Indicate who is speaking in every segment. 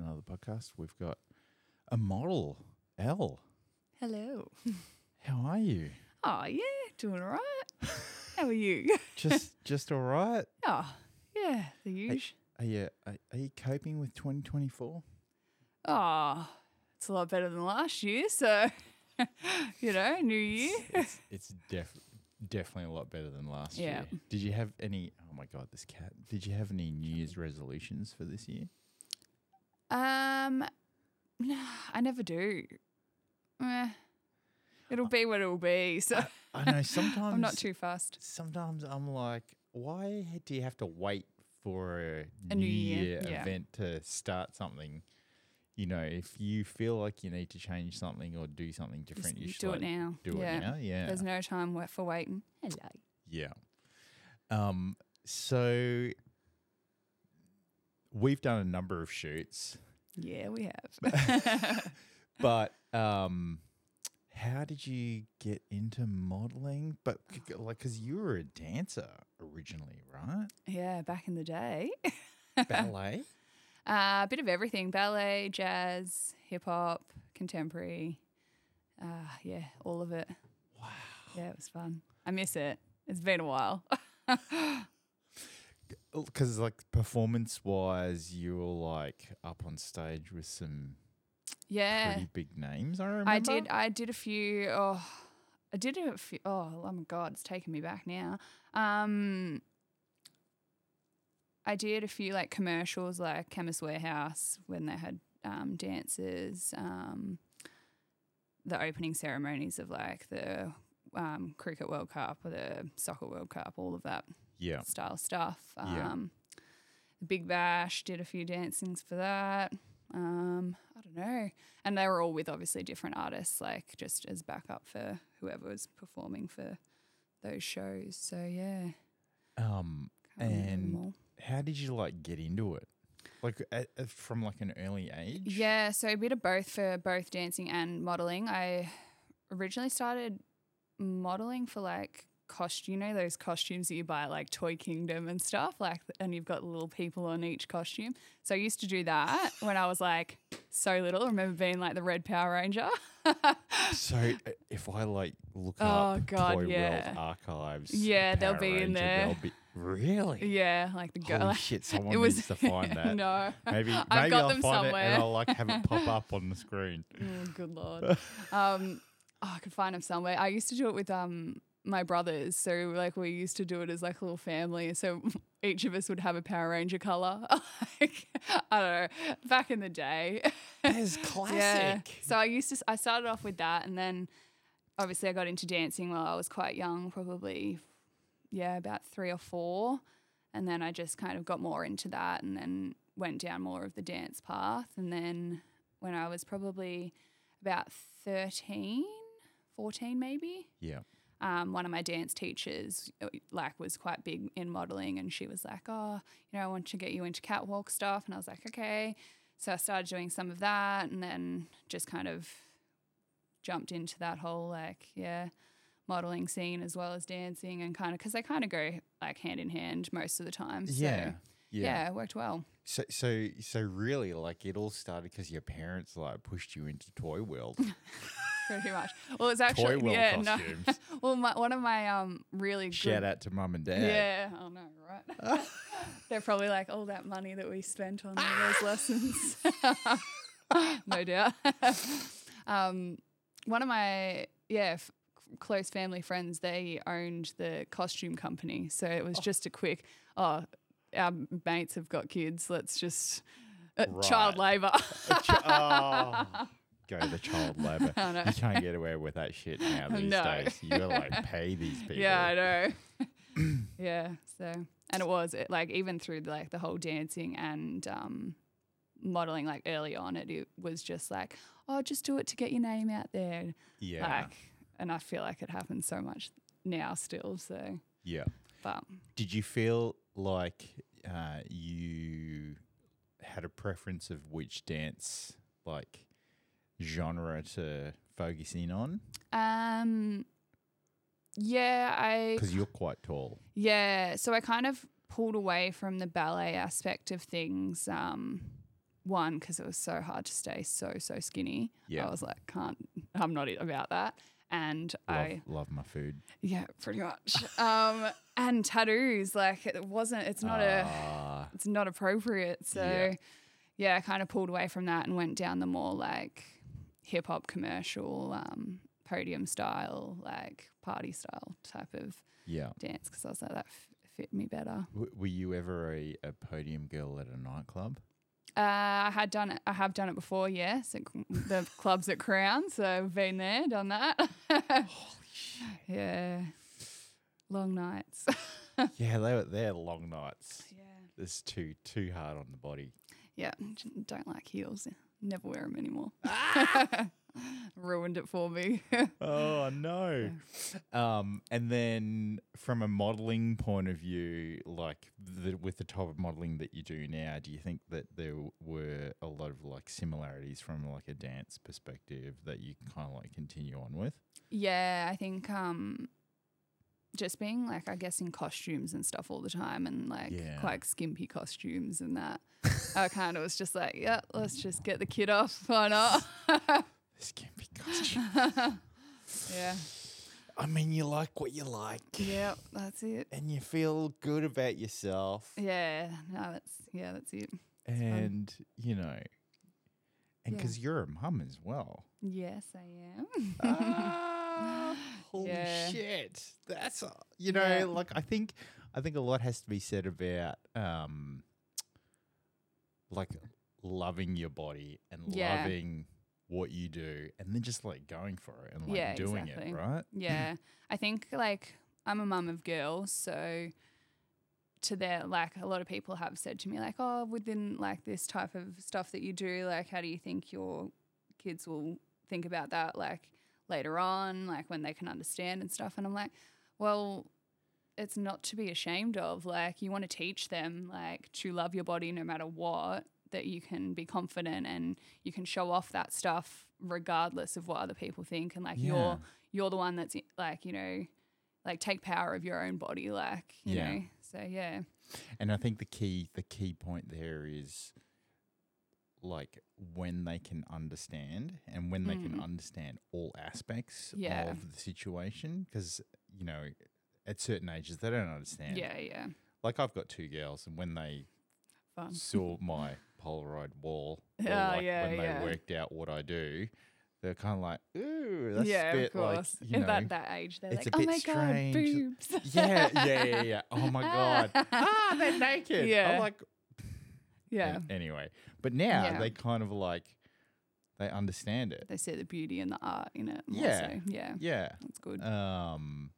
Speaker 1: podcast, we've got a model, Elle.
Speaker 2: Hello.
Speaker 1: How are you?
Speaker 2: Oh yeah, doing all right. How are you?
Speaker 1: Just just all right.
Speaker 2: Oh yeah, the usual.
Speaker 1: Are you are, are you coping with 2024?
Speaker 2: Oh, it's a lot better than last year. So, you know, new year.
Speaker 1: It's, it's def- definitely a lot better than last
Speaker 2: Yeah.
Speaker 1: year. Did you have any? Oh my god, this cat. Did you have any New Year's resolutions for this year?
Speaker 2: Um, nah, I never do. Eh, it'll be what it'll be. So
Speaker 1: I know sometimes
Speaker 2: I'm not too fast.
Speaker 1: Sometimes I'm like, why do you have to wait for a,
Speaker 2: A
Speaker 1: new
Speaker 2: new
Speaker 1: year,
Speaker 2: year, yeah.
Speaker 1: event to start something? You know, if you feel like you need to change something or do something different, you should
Speaker 2: do it
Speaker 1: like,
Speaker 2: now.
Speaker 1: Do
Speaker 2: Yeah.
Speaker 1: it now. Yeah.
Speaker 2: There's no time wa- for waiting. Hello.
Speaker 1: Yeah. Um, so we've done a number of shoots,
Speaker 2: Yeah, we have.
Speaker 1: but um, how did you get into modeling? But c- like, because you were a dancer originally, right?
Speaker 2: yeah, back in the day,
Speaker 1: Ballet.
Speaker 2: uh, a bit of everything: ballet, jazz, hip hop, contemporary. Uh, yeah, all of it.
Speaker 1: Wow.
Speaker 2: Yeah, it was fun. I miss it. It's been a while.
Speaker 1: Because like performance wise, you were like up on stage with some
Speaker 2: yeah.
Speaker 1: pretty big names. I remember.
Speaker 2: Eh. I did. I did a few. Oh, I did a few. Oh, oh my god, it's taking me back now. Um, I did a few like commercials, like Chemist Warehouse, when they had um, dances. Um, the opening ceremonies of like the um, cricket World Cup or the soccer World Cup, all of that
Speaker 1: Yeah.
Speaker 2: style stuff.
Speaker 1: Yeah.
Speaker 2: Um, the Big Bash did a few dancings for that. Um, I don't know, and they were all with obviously different artists, like just as backup for whoever was performing for those shows. So yeah,
Speaker 1: Um.
Speaker 2: can't remember them
Speaker 1: And
Speaker 2: all.
Speaker 1: how did you like get into it? Like at, at- from like an early age?
Speaker 2: Yeah, so a bit of both for both dancing and modeling. I originally started modeling for like costume, you know, those costumes that you buy at like Toy Kingdom and stuff, like, and you've got little people on each costume. So I used to do that when I was like so little. I remember being like the Red Power Ranger.
Speaker 1: So uh, if I like look
Speaker 2: Oh,
Speaker 1: up
Speaker 2: God,
Speaker 1: Toy
Speaker 2: yeah.
Speaker 1: World archives,
Speaker 2: Yeah, they'll
Speaker 1: Power
Speaker 2: be in there.
Speaker 1: they'll be- really?
Speaker 2: yeah, like the girl.
Speaker 1: Holy shit! Someone
Speaker 2: it was
Speaker 1: needs to find that.
Speaker 2: no.
Speaker 1: Maybe maybe
Speaker 2: I've got
Speaker 1: I'll
Speaker 2: them
Speaker 1: find it
Speaker 2: somewhere.
Speaker 1: and I'll like have it pop up on the screen.
Speaker 2: Oh, good lord. um, oh, I could find them somewhere. I used to do it with um my brothers. So like we used to do it as like a little family. So each of us would have a Power Ranger color. like I don't know. Back in the day.
Speaker 1: That is
Speaker 2: Yeah.
Speaker 1: classic.
Speaker 2: So I used to. s- I started off with that, and then obviously I got into dancing while I was quite young, probably yeah, about three or four, and then I just kind of got more into that, and then went down more of the dance path, and then when I was probably about 13, 14 maybe,
Speaker 1: Yeah.
Speaker 2: um, one of my dance teachers uh, like was quite big in modeling and she was like oh you know i want to get you into catwalk stuff and i was like okay so i started doing some of that and then just kind of jumped into that whole like yeah modeling scene as well as dancing and kind of because they kind of go like hand in hand most of the time so,
Speaker 1: Yeah.
Speaker 2: yeah it worked well
Speaker 1: So, so, so really, like it all started because your parents like pushed you into Toy World,
Speaker 2: pretty much well it's actually
Speaker 1: Toy World
Speaker 2: yeah
Speaker 1: costumes.
Speaker 2: no well my, one of my um really good
Speaker 1: Shout out to mum and dad.
Speaker 2: Yeah. Oh no, right. They're probably like all that money that we spent on all those lessons. no doubt. um, one of my yeah f- close family friends, they owned the costume company, so it was just a quick oh, our mates have got kids. Let's just. Uh, Child labour.
Speaker 1: A chi- oh, go the child labour.
Speaker 2: I know.
Speaker 1: You can't get away with that shit now these
Speaker 2: No.
Speaker 1: days. You gotta like pay these people.
Speaker 2: yeah, I know. yeah. So, and it was it, like even through like the whole dancing and um, modeling, like early on, it, it was just like, oh, just do it to get your name out there.
Speaker 1: yeah,
Speaker 2: Like, and I feel like it happens so much now still. So,
Speaker 1: yeah.
Speaker 2: but
Speaker 1: Did you feel like uh, you had a preference of which dance like genre to focus in on?
Speaker 2: um, yeah, I
Speaker 1: Because you're quite tall.
Speaker 2: Yeah, so I kind of pulled away from the ballet aspect of things um, one because it was so hard to stay so so skinny.
Speaker 1: Yeah.
Speaker 2: I was like, can't. I'm not about that. And
Speaker 1: Love,
Speaker 2: I
Speaker 1: love my food.
Speaker 2: yeah, pretty much. um, and tattoos like it wasn't. It's not a
Speaker 1: Ah,
Speaker 2: it's not appropriate. So
Speaker 1: Yeah.
Speaker 2: yeah, I kind of pulled away from that and went down the more like hip hop commercial, um, podium style, like party style type of
Speaker 1: yeah.
Speaker 2: dance because I was like that f- fit me better.
Speaker 1: W- were you ever a, a podium girl at a nightclub?
Speaker 2: Uh, I had done it. I have done it before. Yes, at c- the clubs at Crown. So I've been there, done that. yeah, long nights.
Speaker 1: yeah, they were they're long nights.
Speaker 2: yeah,
Speaker 1: It's too too hard on the body.
Speaker 2: yeah. j- Don't like heels. Never wear them anymore. Ruined it for me.
Speaker 1: Oh no. Um, and then from a modeling point of view, like the, with the type of modeling that you do now, do you think that there were a lot of like similarities from like a dance perspective that you kind of like continue on with?
Speaker 2: Yeah, I think um just being like I guess in costumes and stuff all the time and like
Speaker 1: Yeah.
Speaker 2: quite skimpy costumes and that. I kind of was just like, yeah, let's just get the kid off. Why not?
Speaker 1: This can be costume.
Speaker 2: yeah.
Speaker 1: I mean, you like what you like,
Speaker 2: Yeah, that's it.
Speaker 1: and you feel good about yourself.
Speaker 2: Yeah. No, that's yeah, that's it.
Speaker 1: and you know, and
Speaker 2: Yeah.
Speaker 1: because you're a mum as well.
Speaker 2: Yes, I am.
Speaker 1: Ah, holy
Speaker 2: Yeah.
Speaker 1: shit! That's a- you know,
Speaker 2: Yeah.
Speaker 1: like I think, I think a lot has to be said about, um, like loving your body and
Speaker 2: Yeah.
Speaker 1: loving what you do, and then just like going for it and like
Speaker 2: Yeah,
Speaker 1: doing
Speaker 2: exactly.
Speaker 1: it right.
Speaker 2: Yeah. I think like I'm a mum of girls, so to their like a lot of people have said to me like, "Oh, within like this type of stuff that you do, like how do you think your kids will think about that like later on, like when they can understand and stuff?" And I'm like, "Well, it's not to be ashamed of. Like you want to teach them like to love your body no matter what." That you can be confident and you can show off that stuff regardless of what other people think, and like
Speaker 1: Yeah.
Speaker 2: your you're the one that's like you know like take power of your own body like you
Speaker 1: Yeah.
Speaker 2: know so yeah
Speaker 1: And I think the key the key point there is like when they can understand and when they can
Speaker 2: Mm.
Speaker 1: understand all aspects
Speaker 2: Yeah.
Speaker 1: of the situation because you know at certain ages they don't understand.
Speaker 2: yeah yeah
Speaker 1: Like I've got two girls and when they
Speaker 2: fun
Speaker 1: saw my Polaroid wall or
Speaker 2: Yeah,
Speaker 1: like
Speaker 2: Um. Oh, yeah,
Speaker 1: when they
Speaker 2: yeah.
Speaker 1: worked out what I do, they're kind of like, "Ooh, that's
Speaker 2: yeah
Speaker 1: a bit
Speaker 2: of course
Speaker 1: like, you know,
Speaker 2: about that age they're
Speaker 1: it's
Speaker 2: like
Speaker 1: a
Speaker 2: oh
Speaker 1: bit
Speaker 2: my
Speaker 1: strange."
Speaker 2: god boobs
Speaker 1: yeah, yeah, yeah, yeah. Oh my god. ah, they're naked. I'm
Speaker 2: Yeah.
Speaker 1: like,
Speaker 2: yeah
Speaker 1: An- anyway, but now
Speaker 2: Yeah.
Speaker 1: they kind of like they understand it.
Speaker 2: they see the beauty and the art in it more
Speaker 1: Yeah.
Speaker 2: so. yeah
Speaker 1: Yeah.
Speaker 2: that's good
Speaker 1: Um.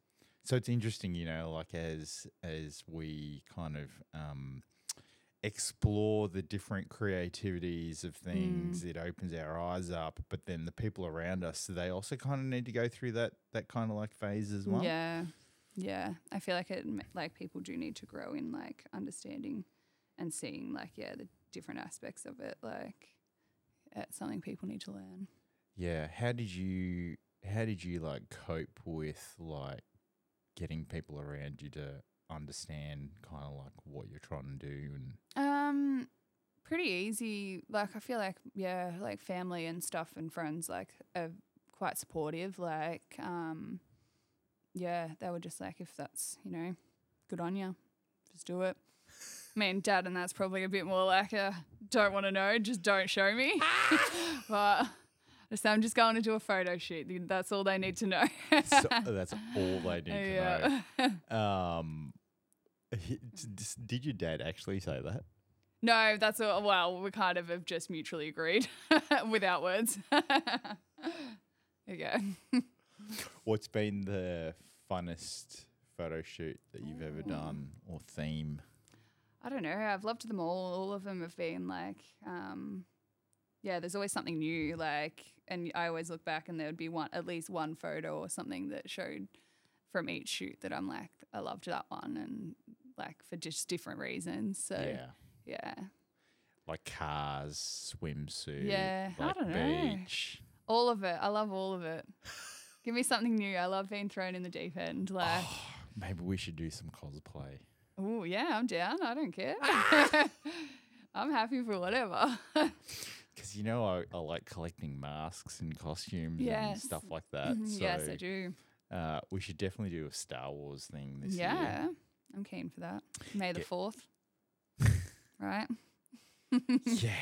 Speaker 1: So it's interesting, you know, like as as we kind of um explore the different creativities of things,
Speaker 2: Mm.
Speaker 1: it opens our eyes up. But then the people around us, they also kind of need to go through that that kind of like phase as well.
Speaker 2: yeah yeah i feel like it ma- like people do need to grow in like understanding and seeing like yeah the different aspects of it like it's something people need to learn
Speaker 1: Yeah. How did you how did you like cope with like getting people around you to understand kind of like what you're trying to do and
Speaker 2: Um, pretty easy. Like I feel like yeah, like family and stuff and friends like are quite supportive. Like um, yeah, they were just like, if that's you know, good on you, just do it. Me and dad, and that's probably a bit more like a don't want to know, just don't show me. but so I'm just going to do a photo shoot. That's all they need to know.
Speaker 1: so, that's all they need to
Speaker 2: yeah.
Speaker 1: know. Um, he- d- d- did your dad actually say that?
Speaker 2: No, that's all. Well, we kind of have just mutually agreed without words. there you go.
Speaker 1: What's been the funnest photo shoot that you've ever
Speaker 2: Ooh.
Speaker 1: done or theme?
Speaker 2: I don't know. I've loved them all. All of them have been like, um, yeah, there's always something new. Like, and I always look back and there would be one, at least one photo or something that showed from each shoot that I'm like, I loved that one and like for just different reasons. So,
Speaker 1: yeah,
Speaker 2: yeah.
Speaker 1: like cars, swimsuit,
Speaker 2: Yeah, I
Speaker 1: like
Speaker 2: don't know.
Speaker 1: beach.
Speaker 2: All of it. I love all of it. Give me something new. I love being thrown in the deep end.
Speaker 1: Oh.
Speaker 2: Like,
Speaker 1: Maybe we should do some cosplay.
Speaker 2: Oh yeah, I'm down. I don't care. I'm happy for whatever.
Speaker 1: Because you know I, I like collecting masks and costumes and
Speaker 2: Yes. Mm-hmm.
Speaker 1: stuff like that. So
Speaker 2: yes, I do.
Speaker 1: Uh, we should definitely do a Star Wars thing this
Speaker 2: yeah.
Speaker 1: year.
Speaker 2: I'm keen for that. May the
Speaker 1: Yeah.
Speaker 2: 4th. right?
Speaker 1: Yeah.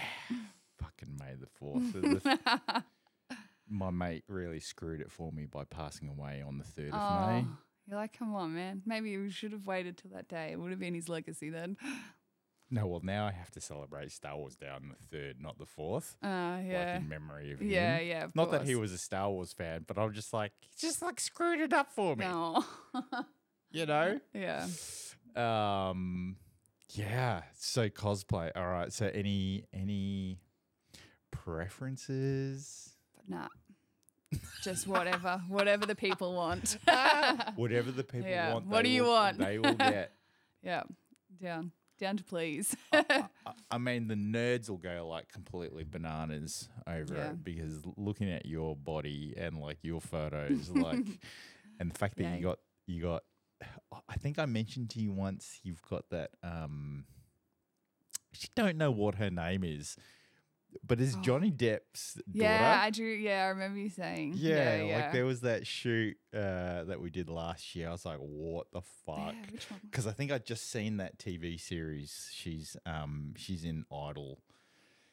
Speaker 1: Fucking May the fourth. The th- My mate really screwed it for me by passing away on the third of May.
Speaker 2: Oh, You're like, come on, man. Maybe we should have waited till that day. It would have been his legacy then. Uh,
Speaker 1: No, well now I have to celebrate Star Wars Day on the third, not the fourth.
Speaker 2: Uh, yeah.
Speaker 1: Like in memory of him.
Speaker 2: yeah, yeah. of
Speaker 1: Not that he
Speaker 2: course.
Speaker 1: was a Star Wars fan, but I'm just like, he just like screwed it up for me.
Speaker 2: No.
Speaker 1: You know?
Speaker 2: yeah.
Speaker 1: Um yeah. So cosplay. All right. So any any preferences?
Speaker 2: But nah. Just whatever. whatever the people want.
Speaker 1: Whatever the people
Speaker 2: Yeah,
Speaker 1: want.
Speaker 2: what
Speaker 1: they
Speaker 2: do you
Speaker 1: will-
Speaker 2: want?
Speaker 1: They will get.
Speaker 2: yeah. Down. Down to please.
Speaker 1: I, I mean, the nerds will go like completely bananas over
Speaker 2: Yeah.
Speaker 1: it because looking at your body and like your photos, like, and the fact that
Speaker 2: Yeah.
Speaker 1: you got you got. I think I mentioned to you once you've got that. um I actually don't know what her name is, but it's
Speaker 2: Oh.
Speaker 1: Johnny Depp's daughter.
Speaker 2: yeah, I do. Yeah, I remember you saying.
Speaker 1: yeah,
Speaker 2: yeah.
Speaker 1: like there was that shoot uh, that we did last year. I was like, what the
Speaker 2: Yeah,
Speaker 1: fuck?
Speaker 2: which one?
Speaker 1: because I think I just seen that TV series. She's um she's in Idol. on- it's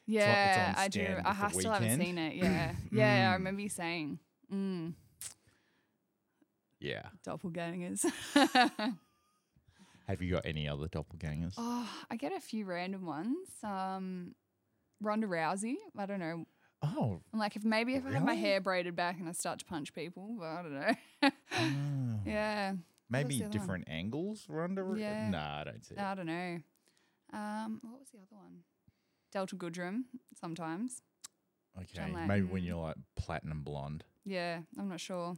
Speaker 2: Yeah,
Speaker 1: on
Speaker 2: I do.
Speaker 1: Stan
Speaker 2: I
Speaker 1: with the
Speaker 2: have still haven't
Speaker 1: Weeknd.
Speaker 2: seen it. Yeah, yeah, I
Speaker 1: Mm.
Speaker 2: remember you saying mm,
Speaker 1: Yeah.
Speaker 2: doppelgangers.
Speaker 1: Have you got any other doppelgangers?
Speaker 2: oh, I get a few random ones. Um, Ronda Rousey. I don't know.
Speaker 1: Oh,
Speaker 2: I'm like, if maybe if I have my
Speaker 1: Really?
Speaker 2: hair braided back and I start to punch people, but I don't know.
Speaker 1: oh.
Speaker 2: yeah,
Speaker 1: maybe
Speaker 2: the other one?
Speaker 1: different angles. Ronda. Ro-
Speaker 2: Yeah. Uh,
Speaker 1: Nah, I don't see.
Speaker 2: I don't know. Um, what was the other one? Delta Goodrum. Sometimes.
Speaker 1: it. Okay,
Speaker 2: John Lennon.
Speaker 1: maybe when you're like platinum blonde.
Speaker 2: Yeah, I'm not sure.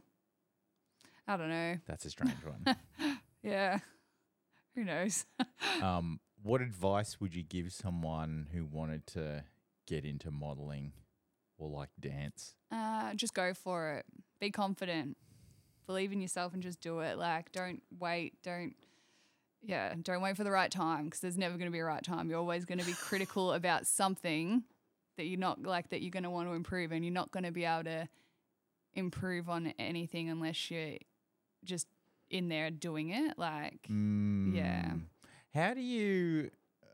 Speaker 2: I don't know.
Speaker 1: That's a strange one.
Speaker 2: Yeah. Who knows?
Speaker 1: um, what advice would you give someone who wanted to get into modeling or like dance?
Speaker 2: Uh, just go for it. Be confident. Believe in yourself and just do it. Like, don't wait. Don't, yeah, don't wait for the right time because there's never going to be a right time. You're always going to be critical about something that you're not like that you're going to want to improve and you're not going to be able to improve on anything unless you're just in there doing it. Like,
Speaker 1: Mm. How do you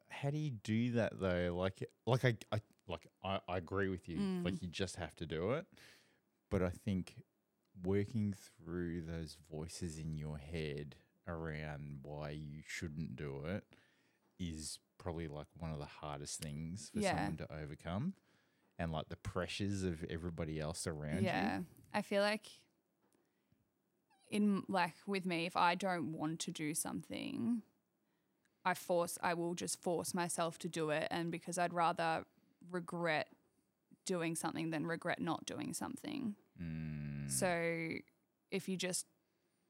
Speaker 1: how do you do that though? Like like I, I like I, I agree with you.
Speaker 2: Mm.
Speaker 1: Like you just have to do it. But I think working through those voices in your head around why you shouldn't do it is probably like one of the hardest things for
Speaker 2: Yeah.
Speaker 1: someone to overcome. And like the pressures of everybody else around
Speaker 2: yeah.
Speaker 1: you.
Speaker 2: I feel like in like with me, if I don't want to do something, I force I will just force myself to do it and because I'd rather regret doing something than regret not doing something.
Speaker 1: Mm.
Speaker 2: So if you just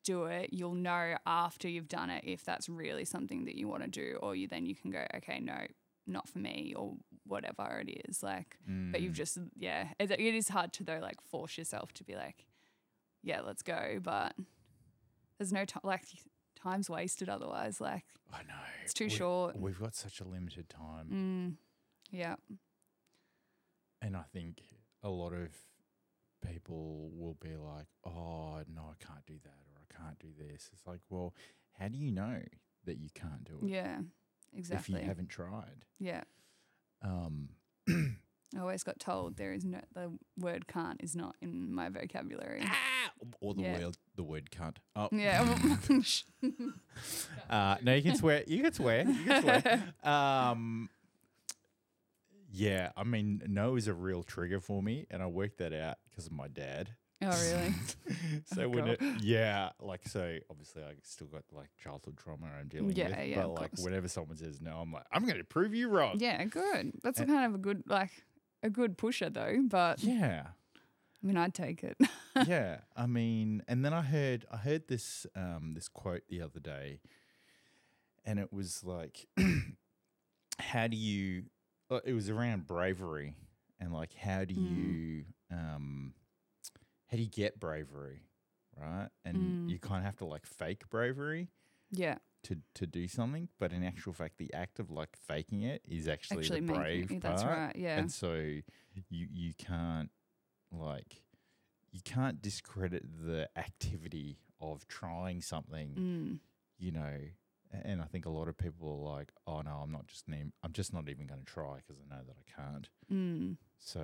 Speaker 2: do it, you'll know after you've done it if that's really something that you want to do or you then you can go, okay, no, not for me or whatever it is. Like but you've
Speaker 1: Mm.
Speaker 2: just yeah it, it is hard to though like force yourself to be like yeah let's go but there's no time like time's wasted otherwise like
Speaker 1: I know.
Speaker 2: it's too
Speaker 1: we-
Speaker 2: short
Speaker 1: We've got such a limited time.
Speaker 2: mm, yeah
Speaker 1: And I think a lot of people will be like, oh, no, I can't do that or I can't do this. It's like, well, how do you know that you can't do it
Speaker 2: yeah
Speaker 1: Mm. if
Speaker 2: exactly
Speaker 1: you haven't tried?
Speaker 2: yeah
Speaker 1: Um,
Speaker 2: I always got told there is no the word can't is not in my vocabulary
Speaker 1: or the
Speaker 2: Yeah.
Speaker 1: word the word cunt. Oh.
Speaker 2: yeah well,
Speaker 1: uh, no, you can swear. You can swear. You can swear. Um, yeah, I mean, no is a real trigger for me, and I worked that out because of my dad.
Speaker 2: oh really
Speaker 1: so
Speaker 2: Oh,
Speaker 1: when
Speaker 2: God.
Speaker 1: it, yeah, like so obviously I still got like childhood trauma I'm dealing
Speaker 2: Yeah,
Speaker 1: with.
Speaker 2: yeah,
Speaker 1: but
Speaker 2: of
Speaker 1: like
Speaker 2: course.
Speaker 1: whenever someone says no, I'm like, I'm gonna prove you wrong.
Speaker 2: yeah good that's a
Speaker 1: Uh,
Speaker 2: kind of a good like a good pusher though but
Speaker 1: Yeah.
Speaker 2: I mean I'd take it
Speaker 1: yeah. I mean and then I heard I heard this um this quote the other day and it was like how do you uh, it was around bravery and like how do
Speaker 2: Mm.
Speaker 1: you um how do you get bravery? Right? And
Speaker 2: Mm.
Speaker 1: you kind of have to like fake bravery.
Speaker 2: yeah
Speaker 1: to to do something, but in actual fact, the act of like faking it is actually,
Speaker 2: Actually,
Speaker 1: the
Speaker 2: making-
Speaker 1: brave
Speaker 2: yeah,
Speaker 1: part.
Speaker 2: that's right. Yeah.
Speaker 1: And so you you can't like you can't discredit the activity of trying something.
Speaker 2: Mm.
Speaker 1: You know. A- And I think a lot of people are like, "Oh no, I'm not just name. I'm just not even going to try because I know that I can't."
Speaker 2: Mm.
Speaker 1: So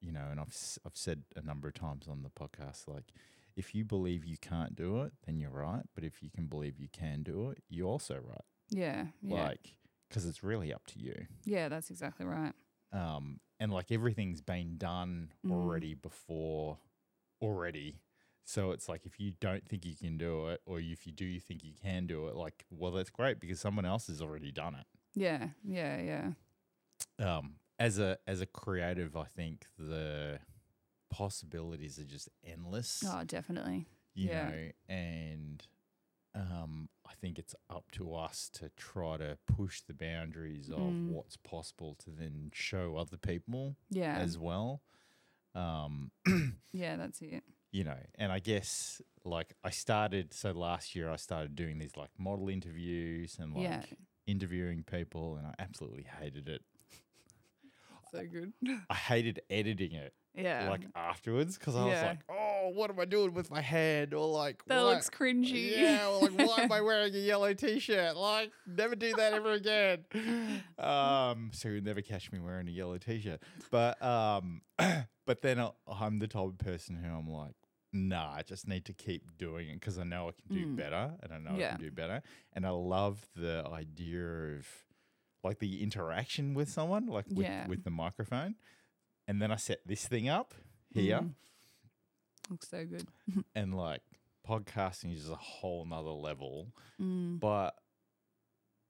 Speaker 1: you know, and I've s- I've said a number of times on the podcast, like if you believe you can't do it, then you're right. But if you can believe you can do it, you're also right.
Speaker 2: Yeah. Yeah.
Speaker 1: Like 'cause it's really up to you.
Speaker 2: yeah. That's exactly right.
Speaker 1: Um, and like everything's been done
Speaker 2: Mm.
Speaker 1: already before, already. So it's like if you don't think you can do it, or if you do think you can do it, like well, that's great because someone else has already done it.
Speaker 2: Yeah. Yeah. Yeah.
Speaker 1: um, as a as a creative, I think the possibilities are just endless.
Speaker 2: Oh, definitely.
Speaker 1: you
Speaker 2: yeah.
Speaker 1: know, and um, I think it's up to us to try to push the boundaries
Speaker 2: Mm.
Speaker 1: of what's possible to then show other people
Speaker 2: Yeah.
Speaker 1: as well. Um,
Speaker 2: yeah. That's it.
Speaker 1: you know, and I guess like I started so last year I started doing these like model interviews and like
Speaker 2: Yeah.
Speaker 1: interviewing people, and I absolutely hated it.
Speaker 2: So good.
Speaker 1: I hated editing it.
Speaker 2: yeah.
Speaker 1: like afterwards because I was
Speaker 2: Yeah.
Speaker 1: like, oh, what am I doing with my hand? Or like,
Speaker 2: that
Speaker 1: why-
Speaker 2: looks cringy.
Speaker 1: Yeah, or like, why am I wearing a yellow t-shirt? Like, never do that ever again. Um, so you'll never catch me wearing a yellow t-shirt. But um, but then I, I'm the type of person who I'm like, nah, I just need to keep doing it because I know I can do
Speaker 2: Mm.
Speaker 1: better, and I know I
Speaker 2: Yeah.
Speaker 1: can do better, and I love the idea of like the interaction with someone, like with,
Speaker 2: Yeah.
Speaker 1: with the microphone. And then I set this thing up here,
Speaker 2: Mm. Looks so good.
Speaker 1: and like podcasting is just a whole nother level.
Speaker 2: Mm.
Speaker 1: But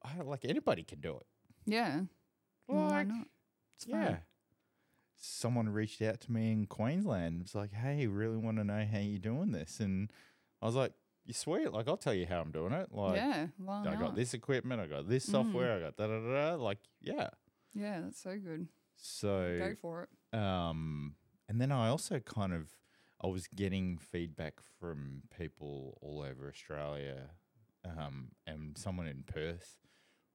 Speaker 1: I like anybody can do it.
Speaker 2: Yeah. Well, why
Speaker 1: Like,
Speaker 2: not? It's fun.
Speaker 1: yeah. Someone reached out to me in Queensland. It's like, hey, really want to know how you're doing this, and I was like, you sweet. Like I'll tell you how I'm doing it. Like
Speaker 2: yeah. Why
Speaker 1: I
Speaker 2: not? Mm-hmm.
Speaker 1: got this equipment. I got this software. I got da da da. da. Like yeah.
Speaker 2: Yeah. That's so good.
Speaker 1: So
Speaker 2: Go for it.
Speaker 1: um and then i also kind of i was getting feedback from people all over australia um and someone in perth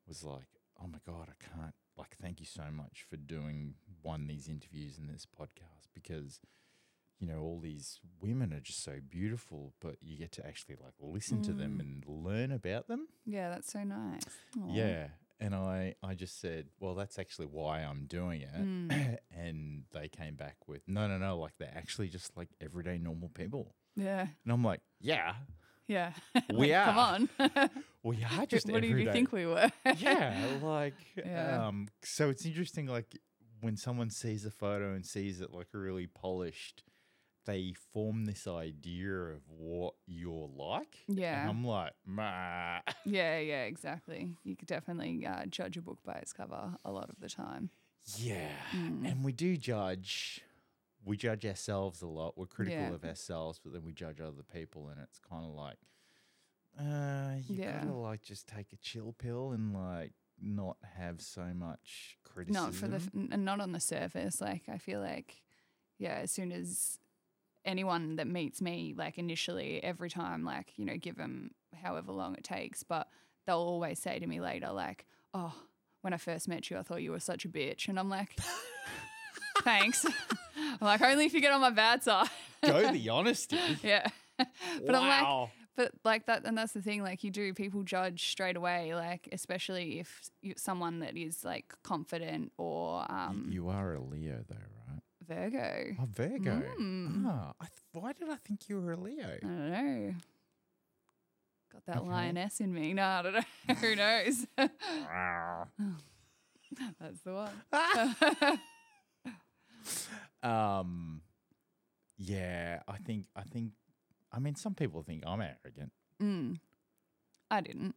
Speaker 1: was like oh my god i can't like thank you so much for doing one these interviews and this podcast because you know all these women are just so beautiful but you get to actually like listen to them and learn about them
Speaker 2: Yeah. That's so nice. Aw.
Speaker 1: yeah. And I, I just said, well, that's actually why I'm doing it.
Speaker 2: Mm.
Speaker 1: and they came back with, no, no, no, like they're actually just like everyday normal people.
Speaker 2: Yeah.
Speaker 1: And I'm like, yeah,
Speaker 2: Yeah.
Speaker 1: We
Speaker 2: Like,
Speaker 1: are.
Speaker 2: Come on.
Speaker 1: we are just
Speaker 2: what do you
Speaker 1: everyday-
Speaker 2: think we were?
Speaker 1: yeah, like,
Speaker 2: Yeah.
Speaker 1: um, so it's interesting, like, when someone sees a photo and sees it like really polished, they form this idea of what you're like.
Speaker 2: Yeah.
Speaker 1: And I'm like, "Mah."
Speaker 2: yeah. Yeah. Exactly. You could definitely uh, judge a book by its cover a lot of the time.
Speaker 1: Yeah.
Speaker 2: Mm.
Speaker 1: And we do judge. We judge ourselves a lot. We're critical
Speaker 2: Yeah.
Speaker 1: of ourselves, but then we judge other people, and it's kind of like, uh, you
Speaker 2: Yeah.
Speaker 1: gotta like just take a chill pill and like not have so much criticism.
Speaker 2: not for the f- n- and not on the surface like i feel like yeah as soon as anyone that meets me like initially every time like you know give them however long it takes but they'll always say to me later like oh when i first met you i thought you were such a bitch and i'm like thanks i'm like only if you get on my bad side
Speaker 1: go the honesty.
Speaker 2: yeah but i'm like
Speaker 1: wow.
Speaker 2: but like that and that's the thing like you do people judge straight away like especially if you, someone that is like confident or
Speaker 1: Y-
Speaker 2: um
Speaker 1: you are a Leo, though, right?
Speaker 2: virgo
Speaker 1: Oh, Virgo.
Speaker 2: Mm.
Speaker 1: Ah, I th- why did I think you were a Leo?
Speaker 2: i don't know got that
Speaker 1: Okay.
Speaker 2: lioness in me no i don't know who knows
Speaker 1: Wow.
Speaker 2: that's the one
Speaker 1: Um, yeah, I think I think I mean some people think I'm arrogant
Speaker 2: mm. i didn't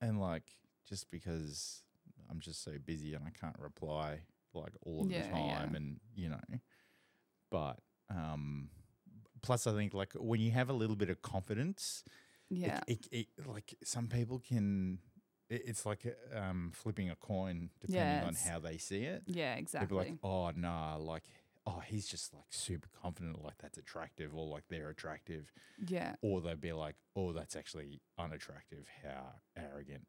Speaker 1: and like just because I'm just so busy and I can't reply like all of
Speaker 2: Yeah,
Speaker 1: the
Speaker 2: yeah.
Speaker 1: time and you know, but um, plus I think like when you have a little bit of confidence, it-
Speaker 2: yeah
Speaker 1: it, it, like some people can. It, it's like uh, um, flipping a coin depending on
Speaker 2: Yes.
Speaker 1: how they see it.
Speaker 2: yeah
Speaker 1: They'd be
Speaker 2: exactly
Speaker 1: like, oh, nah, like oh, he's just like super confident, like that's attractive, or like they're attractive,
Speaker 2: Yeah.
Speaker 1: or they'd be like, oh, that's actually unattractive. How arrogant.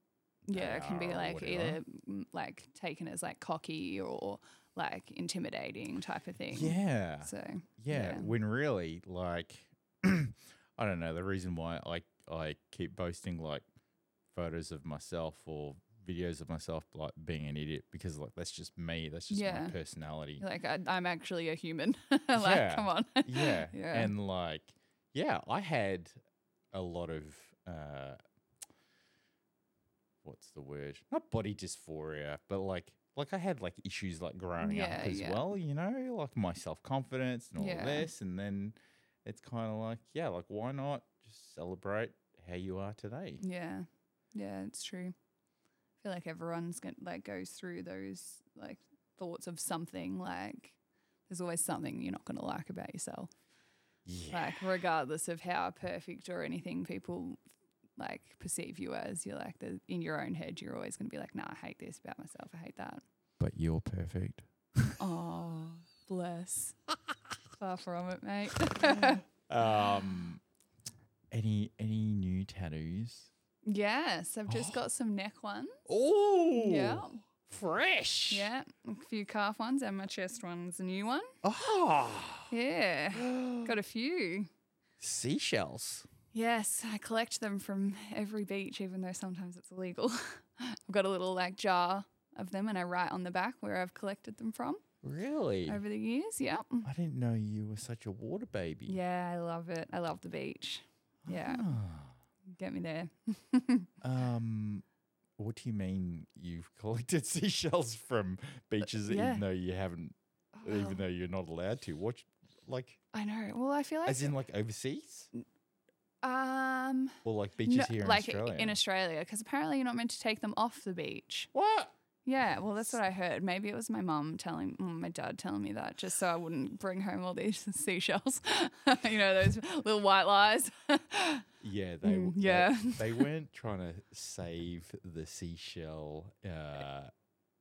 Speaker 2: Yeah. It can be
Speaker 1: power or
Speaker 2: like
Speaker 1: uh, whatever.
Speaker 2: either mm, like taken as like cocky or like intimidating type of thing.
Speaker 1: Yeah.
Speaker 2: So
Speaker 1: Yeah,
Speaker 2: Yeah.
Speaker 1: when really, like, I don't know. The reason why I I keep posting like photos of myself or videos of myself like being an idiot because like that's just me. That's just
Speaker 2: Yeah.
Speaker 1: my personality.
Speaker 2: like I, I'm actually a human. like
Speaker 1: Yeah.
Speaker 2: come on.
Speaker 1: yeah.
Speaker 2: Yeah.
Speaker 1: and like yeah, I had a lot of uh, what's the word? Not body dysphoria, but like. Like I had like issues like growing
Speaker 2: Yeah,
Speaker 1: up as
Speaker 2: yeah.
Speaker 1: well, you know, like my self confidence and all
Speaker 2: Yeah.
Speaker 1: of this, and then it's kind of like, yeah, like why not just celebrate how you are today?
Speaker 2: Yeah, yeah, it's true. I feel like everyone's going like goes through those like thoughts of something. Like, there's always something you're not gonna like about yourself.
Speaker 1: Yeah,
Speaker 2: Like, regardless of how perfect or anything people like perceive you as, you're like the, in your own head. You're always gonna be like, nah, I hate this about myself. I hate that.
Speaker 1: but you're perfect.
Speaker 2: oh, bless. Far from it, mate.
Speaker 1: Um, any any new tattoos?
Speaker 2: yes, I've just got some neck ones.
Speaker 1: Oh,
Speaker 2: Yeah,
Speaker 1: fresh.
Speaker 2: yeah, a few calf ones and my chest one's a new one.
Speaker 1: Ah,
Speaker 2: Yeah. Got a few.
Speaker 1: seashells.
Speaker 2: Yes, I collect them from every beach, even though sometimes it's illegal. I've got a little like jar of them and I write on the back where I've collected them from
Speaker 1: Really?
Speaker 2: over the years. Yep.
Speaker 1: I didn't know you were such a water baby.
Speaker 2: Yeah, I love it. I love the beach. Yeah,
Speaker 1: Ah.
Speaker 2: get me there.
Speaker 1: Um, what do you mean you've collected seashells from beaches,
Speaker 2: yeah.
Speaker 1: even though you haven't,
Speaker 2: Well,
Speaker 1: even though you're not allowed to? What, like,
Speaker 2: Oh, I know. Well, I feel like
Speaker 1: as in like overseas
Speaker 2: um
Speaker 1: or like
Speaker 2: no,
Speaker 1: beaches here in
Speaker 2: like
Speaker 1: Australia?
Speaker 2: in Australia because apparently you're not meant to take them off the beach.
Speaker 1: what?
Speaker 2: Yeah, well, that's what I heard. Maybe it was my mum telling, mm, my dad telling me that, just so I wouldn't bring home all these seashells. you know, those little white lies.
Speaker 1: Yeah, they w-
Speaker 2: Mm,
Speaker 1: they-
Speaker 2: yeah.
Speaker 1: they, weren't trying to save the seashell uh,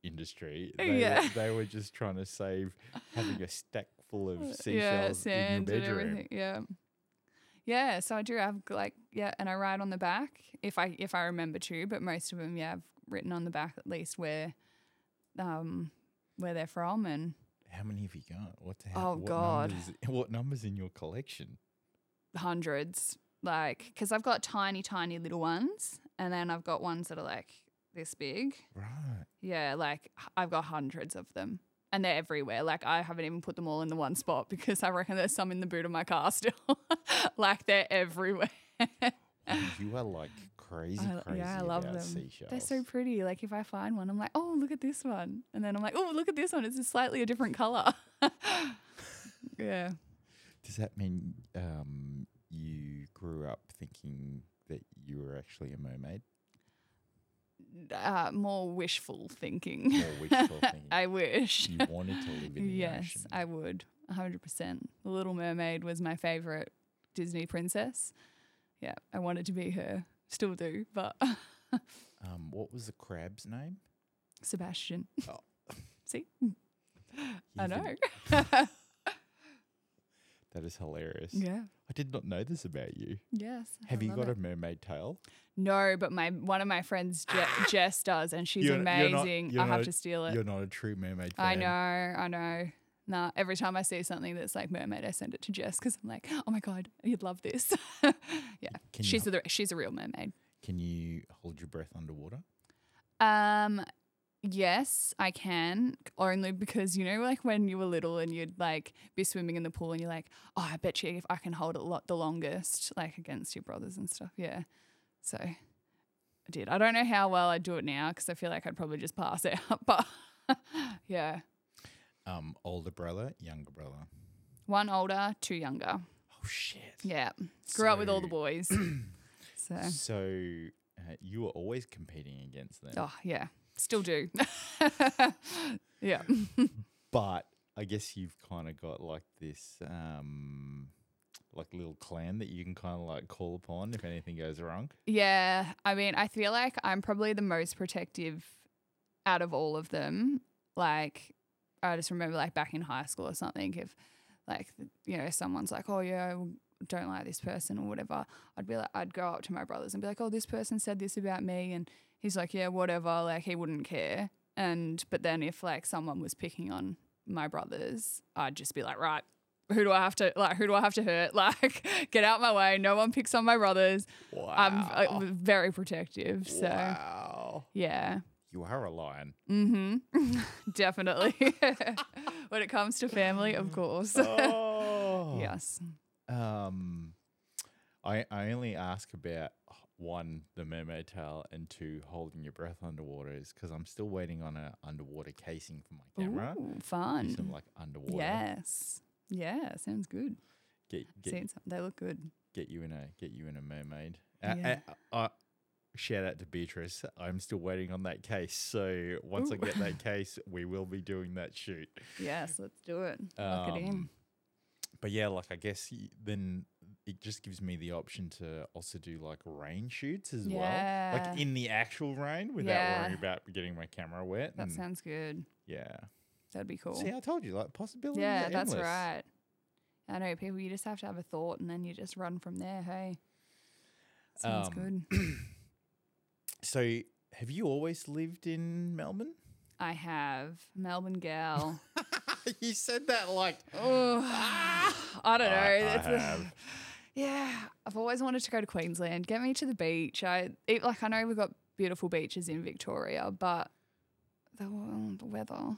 Speaker 1: industry. They,
Speaker 2: Yeah.
Speaker 1: were, they were just trying to save having a stack full of
Speaker 2: yeah,
Speaker 1: seashells in your bedroom.
Speaker 2: Yeah, yeah. So I do have like yeah, and I write on the back if I if I remember to, but most of them yeah, I've written on the back at least where, um, where they're from and
Speaker 1: How many have you got? What the
Speaker 2: Oh,
Speaker 1: what
Speaker 2: God.
Speaker 1: Numbers, what numbers in your collection?
Speaker 2: hundreds. Like, because I've got tiny, tiny little ones, and then I've got ones that are like this big.
Speaker 1: Right.
Speaker 2: Yeah, like h- I've got hundreds of them. And they're everywhere. Like I haven't even put them all in the one spot because I reckon there's some in the boot of my car still. like they're everywhere.
Speaker 1: Wow, you are like crazy,
Speaker 2: I-
Speaker 1: crazy
Speaker 2: yeah, I love
Speaker 1: about
Speaker 2: them.
Speaker 1: seashells.
Speaker 2: They're so pretty. Like if I find one, I'm like, oh, look at this one. And then I'm like, oh, look at this one. It's a slightly a different color. yeah.
Speaker 1: Does that mean um, you grew up thinking that you were actually a mermaid?
Speaker 2: Uh, more wishful thinking.
Speaker 1: Or wishful thinking?
Speaker 2: I wish.
Speaker 1: you wanted to live in the
Speaker 2: Yes,
Speaker 1: ocean?
Speaker 2: I would. 100%. The Little Mermaid was my favorite Disney princess. Yeah, I wanted to be her. Still do, but
Speaker 1: Um, what was the crab's name?
Speaker 2: Sebastian.
Speaker 1: Oh.
Speaker 2: See?
Speaker 1: He
Speaker 2: I
Speaker 1: even-
Speaker 2: know.
Speaker 1: That is hilarious.
Speaker 2: yeah.
Speaker 1: I did not know this about you.
Speaker 2: Yes.
Speaker 1: Have
Speaker 2: I
Speaker 1: you
Speaker 2: love
Speaker 1: got
Speaker 2: it.
Speaker 1: a mermaid tail?
Speaker 2: No, but my one of my friends Je- Jess does and she's
Speaker 1: You're- you're not-
Speaker 2: amazing.
Speaker 1: you're
Speaker 2: I have
Speaker 1: not-
Speaker 2: to steal it.
Speaker 1: You're not a true mermaid fan.
Speaker 2: I know, I know. Nah, every time I see something that's like mermaid, I send it to Jess because I'm like, oh my god, you'd love this. yeah,
Speaker 1: Can you,
Speaker 2: she's
Speaker 1: hol-
Speaker 2: a, she's a real mermaid.
Speaker 1: can you hold your breath underwater?
Speaker 2: Um, yes, I can. Only because you know, like when you were little and you'd like be swimming in the pool and you're like, oh, I bet you if I can hold it lot the longest, like against your brothers and stuff. Yeah, so I did. I don't know how well I do it now because I feel like I'd probably just pass out. But yeah,
Speaker 1: Um, older brother, younger brother.
Speaker 2: one older, two younger.
Speaker 1: Oh shit.
Speaker 2: Yeah, grew up with all the
Speaker 1: So-
Speaker 2: boys. so
Speaker 1: So uh, you were always competing against them,
Speaker 2: oh yeah, still do. yeah.
Speaker 1: but I guess you've kind of got like this, um, like little clan that you can kind of like call upon if anything goes wrong.
Speaker 2: Yeah, I mean, I feel like I'm probably the most protective out of all of them. Like, I just remember like back in high school or something, if like you know someone's like, oh yeah, I don't like this person or whatever, I'd be like, I'd go up to my brothers and be like, oh, this person said this about me, and he's like, yeah, whatever, like he wouldn't care. And but then if like someone was picking on my brothers, I'd just be like, right, who do I have to like? Who do I have to hurt? Like, get out my way. No one picks on my brothers.
Speaker 1: Wow.
Speaker 2: I'm uh, very protective. So
Speaker 1: wow.
Speaker 2: yeah.
Speaker 1: You are a lion.
Speaker 2: Mm-hmm. Definitely. when it comes to family,
Speaker 1: Mm-hmm.
Speaker 2: of course.
Speaker 1: Oh.
Speaker 2: yes.
Speaker 1: Um, I I only ask about one the mermaid tail and two holding your breath underwater is because I'm still waiting on a underwater casing for my camera.
Speaker 2: Ooh,
Speaker 1: Do Some
Speaker 2: fun.
Speaker 1: like underwater.
Speaker 2: Yes. Yeah. Sounds good.
Speaker 1: Get get,
Speaker 2: Seen some. They look good.
Speaker 1: get you in a get you in a mermaid. Uh,
Speaker 2: Yeah.
Speaker 1: uh, uh, shout out to Beatrice. I'm still waiting on that case. So once I
Speaker 2: Ooh.
Speaker 1: get that case, we will be doing that shoot.
Speaker 2: Yes. Let's do it. Lock it in.
Speaker 1: Um, But yeah, like I guess y- then it just gives me the option to also do like rain shoots as well,
Speaker 2: Yeah.
Speaker 1: like in the actual rain without
Speaker 2: Yeah.
Speaker 1: worrying about getting my camera wet.
Speaker 2: That
Speaker 1: and
Speaker 2: sounds good.
Speaker 1: yeah.
Speaker 2: That'd be cool.
Speaker 1: See, I told you, like possibilities.
Speaker 2: yeah,
Speaker 1: are
Speaker 2: that's
Speaker 1: endless.
Speaker 2: right. I know people. You just have to have a thought, and then you just run from there. Hey. Sounds
Speaker 1: Um,
Speaker 2: good.
Speaker 1: So, have you always lived in Melbourne?
Speaker 2: I have Melbourne gal.
Speaker 1: you said that like
Speaker 2: oh, I don't know.
Speaker 1: I- I
Speaker 2: That's a-
Speaker 1: have.
Speaker 2: yeah, I've always wanted to go to Queensland. Get me to the beach. I it, like. I know we've got beautiful beaches in Victoria, but the, w- the weather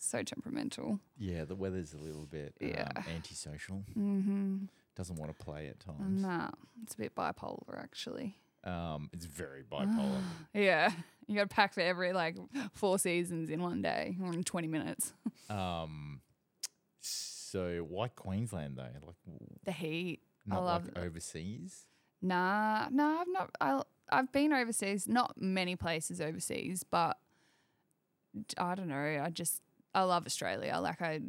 Speaker 2: so temperamental.
Speaker 1: yeah, the weather's a little bit
Speaker 2: Yeah.
Speaker 1: um, antisocial.
Speaker 2: Mm-hmm.
Speaker 1: Doesn't want to play at times.
Speaker 2: Nah, it's a bit bipolar actually.
Speaker 1: Um, it's very bipolar.
Speaker 2: Yeah, you got to pack for every like four seasons in one day or in twenty minutes.
Speaker 1: Um, so why Queensland though? Like w-
Speaker 2: The heat.
Speaker 1: not
Speaker 2: love
Speaker 1: like
Speaker 2: that.
Speaker 1: overseas.
Speaker 2: Nah, nah, I've not. I I've been overseas, not many places overseas, but d- I don't know. I just I love Australia. Like I,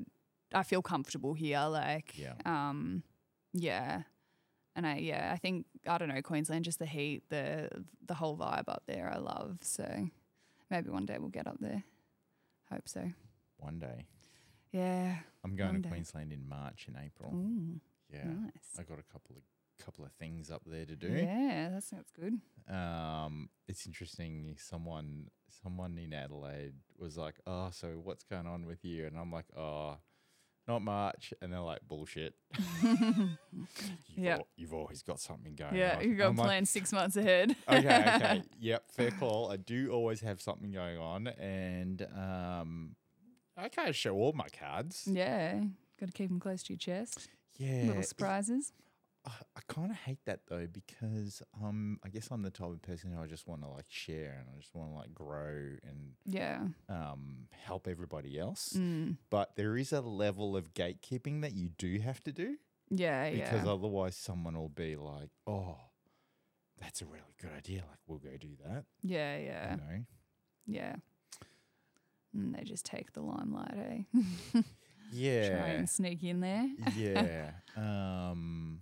Speaker 2: I feel comfortable here. Like
Speaker 1: Yeah.
Speaker 2: um, yeah, and I yeah, I think I don't know Queensland, just the heat, the the whole vibe up there. I love. So maybe one day we'll get up there. Hope so.
Speaker 1: One day,
Speaker 2: Yeah.
Speaker 1: I'm going
Speaker 2: One
Speaker 1: to
Speaker 2: day.
Speaker 1: Queensland in March and April.
Speaker 2: Ooh,
Speaker 1: Yeah,
Speaker 2: nice.
Speaker 1: I got a couple of couple of things up there to do.
Speaker 2: Yeah, that sounds good.
Speaker 1: Um, it's interesting. Someone someone in Adelaide was like, "Oh, so what's going on with you?" And I'm like, "Oh, not much." And they're like, "Bullshit." you've
Speaker 2: Yeah.
Speaker 1: al- you've always got something going.
Speaker 2: Yeah,
Speaker 1: on.
Speaker 2: you got
Speaker 1: I'm like,
Speaker 2: planned six months ahead.
Speaker 1: Oh, okay, okay. Yep, fair call. I do always have something going on, and um, I can't show all my cards.
Speaker 2: Yeah. Got to keep them close to your chest.
Speaker 1: Yeah,
Speaker 2: Little
Speaker 1: it's-
Speaker 2: surprises.
Speaker 1: I, I kind of hate that though because um, I guess I'm the type of person who I just want to like share and I just want to like grow and
Speaker 2: Yeah.
Speaker 1: um, help everybody else.
Speaker 2: Mm.
Speaker 1: But there is a level of gatekeeping that you do have to do
Speaker 2: Yeah.
Speaker 1: because
Speaker 2: yeah.
Speaker 1: otherwise someone will be like, "Oh, that's a really good idea. Like, we'll go do that."
Speaker 2: yeah. Yeah.
Speaker 1: You know.
Speaker 2: Yeah. And they just take the limelight, eh?
Speaker 1: Yeah.
Speaker 2: Try and sneak in there.
Speaker 1: yeah. Um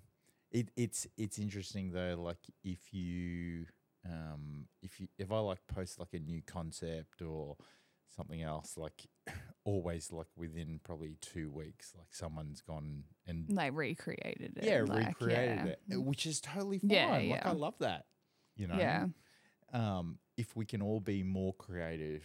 Speaker 1: it it's it's interesting though, like if you um if you if I like post like a new concept or something else, like always like within probably two weeks, like someone's gone and
Speaker 2: They recreated it.
Speaker 1: yeah,
Speaker 2: like,
Speaker 1: recreated
Speaker 2: yeah. Mm.
Speaker 1: it. uh, Which is totally fine.
Speaker 2: Yeah,
Speaker 1: Like
Speaker 2: yeah.
Speaker 1: I love that. You know?
Speaker 2: Yeah.
Speaker 1: Um if we can all be more creative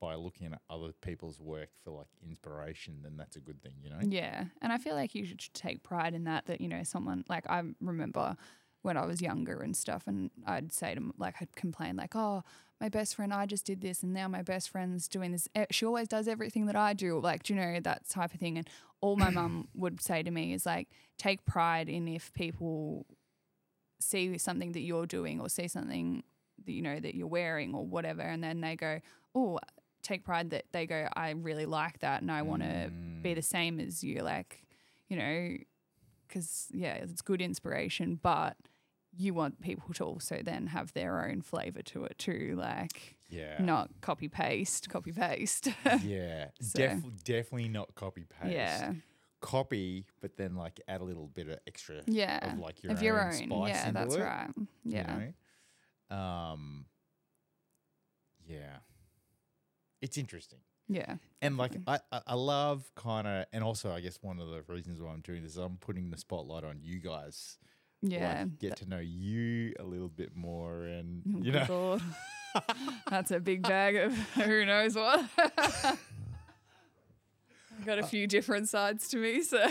Speaker 1: by looking at other people's work for like inspiration, then that's a good thing, you know?
Speaker 2: Yeah. And I feel like you should take pride in that, that, you know, someone like I remember when I was younger and stuff, and I'd say to, m- like, I'd complain, like, oh, my best friend, I just did this, and now my best friend's doing this. Eh, She always does everything that I do, like, do you know, that type of thing. And all my mum would say to me is, like, take pride in if people see something that you're doing or see something that, you know, that you're wearing or whatever, and then they go, oh, take pride that they go, I really like that, and I want
Speaker 1: Mm.
Speaker 2: to be the same as you like you know because yeah it's good inspiration but you want people to also then have their own flavor to it too like
Speaker 1: Mm, Yeah.
Speaker 2: not copy paste copy paste
Speaker 1: yeah,
Speaker 2: So-
Speaker 1: def- definitely not copy paste.
Speaker 2: yeah
Speaker 1: copy, but then like add a little bit of extra
Speaker 2: yeah
Speaker 1: of like your,
Speaker 2: of your
Speaker 1: own,
Speaker 2: own,
Speaker 1: spice.
Speaker 2: yeah
Speaker 1: into
Speaker 2: that's
Speaker 1: it,
Speaker 2: right
Speaker 1: you
Speaker 2: yeah
Speaker 1: know? Um. Yeah. It's interesting.
Speaker 2: Yeah.
Speaker 1: And like
Speaker 2: Mm.
Speaker 1: I, I I love kind of, and also I guess one of the reasons why I'm doing this is I'm putting the spotlight on you guys.
Speaker 2: Yeah.
Speaker 1: like, get to know you a little bit more, and
Speaker 2: Oh,
Speaker 1: you know,
Speaker 2: good Lord. That's a big bag of who knows what. I've
Speaker 1: Uh,
Speaker 2: got a few different sides to me, so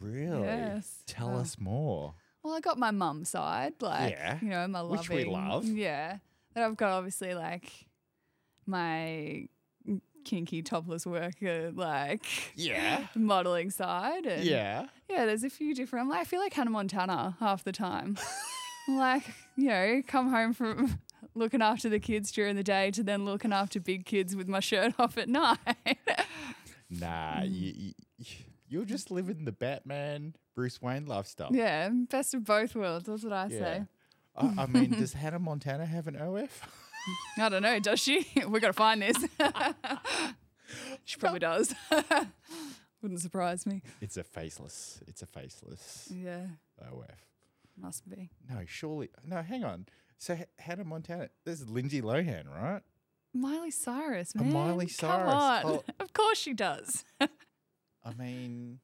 Speaker 1: really,
Speaker 2: Yes. Oh.
Speaker 1: tell
Speaker 2: Wow.
Speaker 1: us more.
Speaker 2: Well, I got my mum's side, like
Speaker 1: Yeah.
Speaker 2: you know, my loving,
Speaker 1: Which we love.
Speaker 2: Yeah, but I've got obviously like my kinky topless worker, like
Speaker 1: Yeah.
Speaker 2: modeling side, and
Speaker 1: Yeah,
Speaker 2: yeah, There's a few different. I'm like, I feel like Hannah Montana half the time. I'm like you know, come home from looking after the kids during the day to then looking after big kids with my shirt off at night.
Speaker 1: nah,
Speaker 2: Mm.
Speaker 1: you, you you're just living the Batman Bruce Wayne lifestyle.
Speaker 2: yeah, best of both worlds. That's what I
Speaker 1: Oh. Yeah.
Speaker 2: say.
Speaker 1: I, I mean, does Hannah Montana have an OF?
Speaker 2: I don't know. Does she? we got to find this. she probably does. Wouldn't surprise me.
Speaker 1: It's a faceless. It's a faceless
Speaker 2: Yeah,
Speaker 1: OF.
Speaker 2: must be.
Speaker 1: No, surely. No, hang on. So H- Hannah Montana. This is Lindsay Lohan, right?
Speaker 2: Miley Cyrus,
Speaker 1: A
Speaker 2: man.
Speaker 1: Miley Cyrus.
Speaker 2: Come on.
Speaker 1: Oh.
Speaker 2: Of course she does.
Speaker 1: I mean,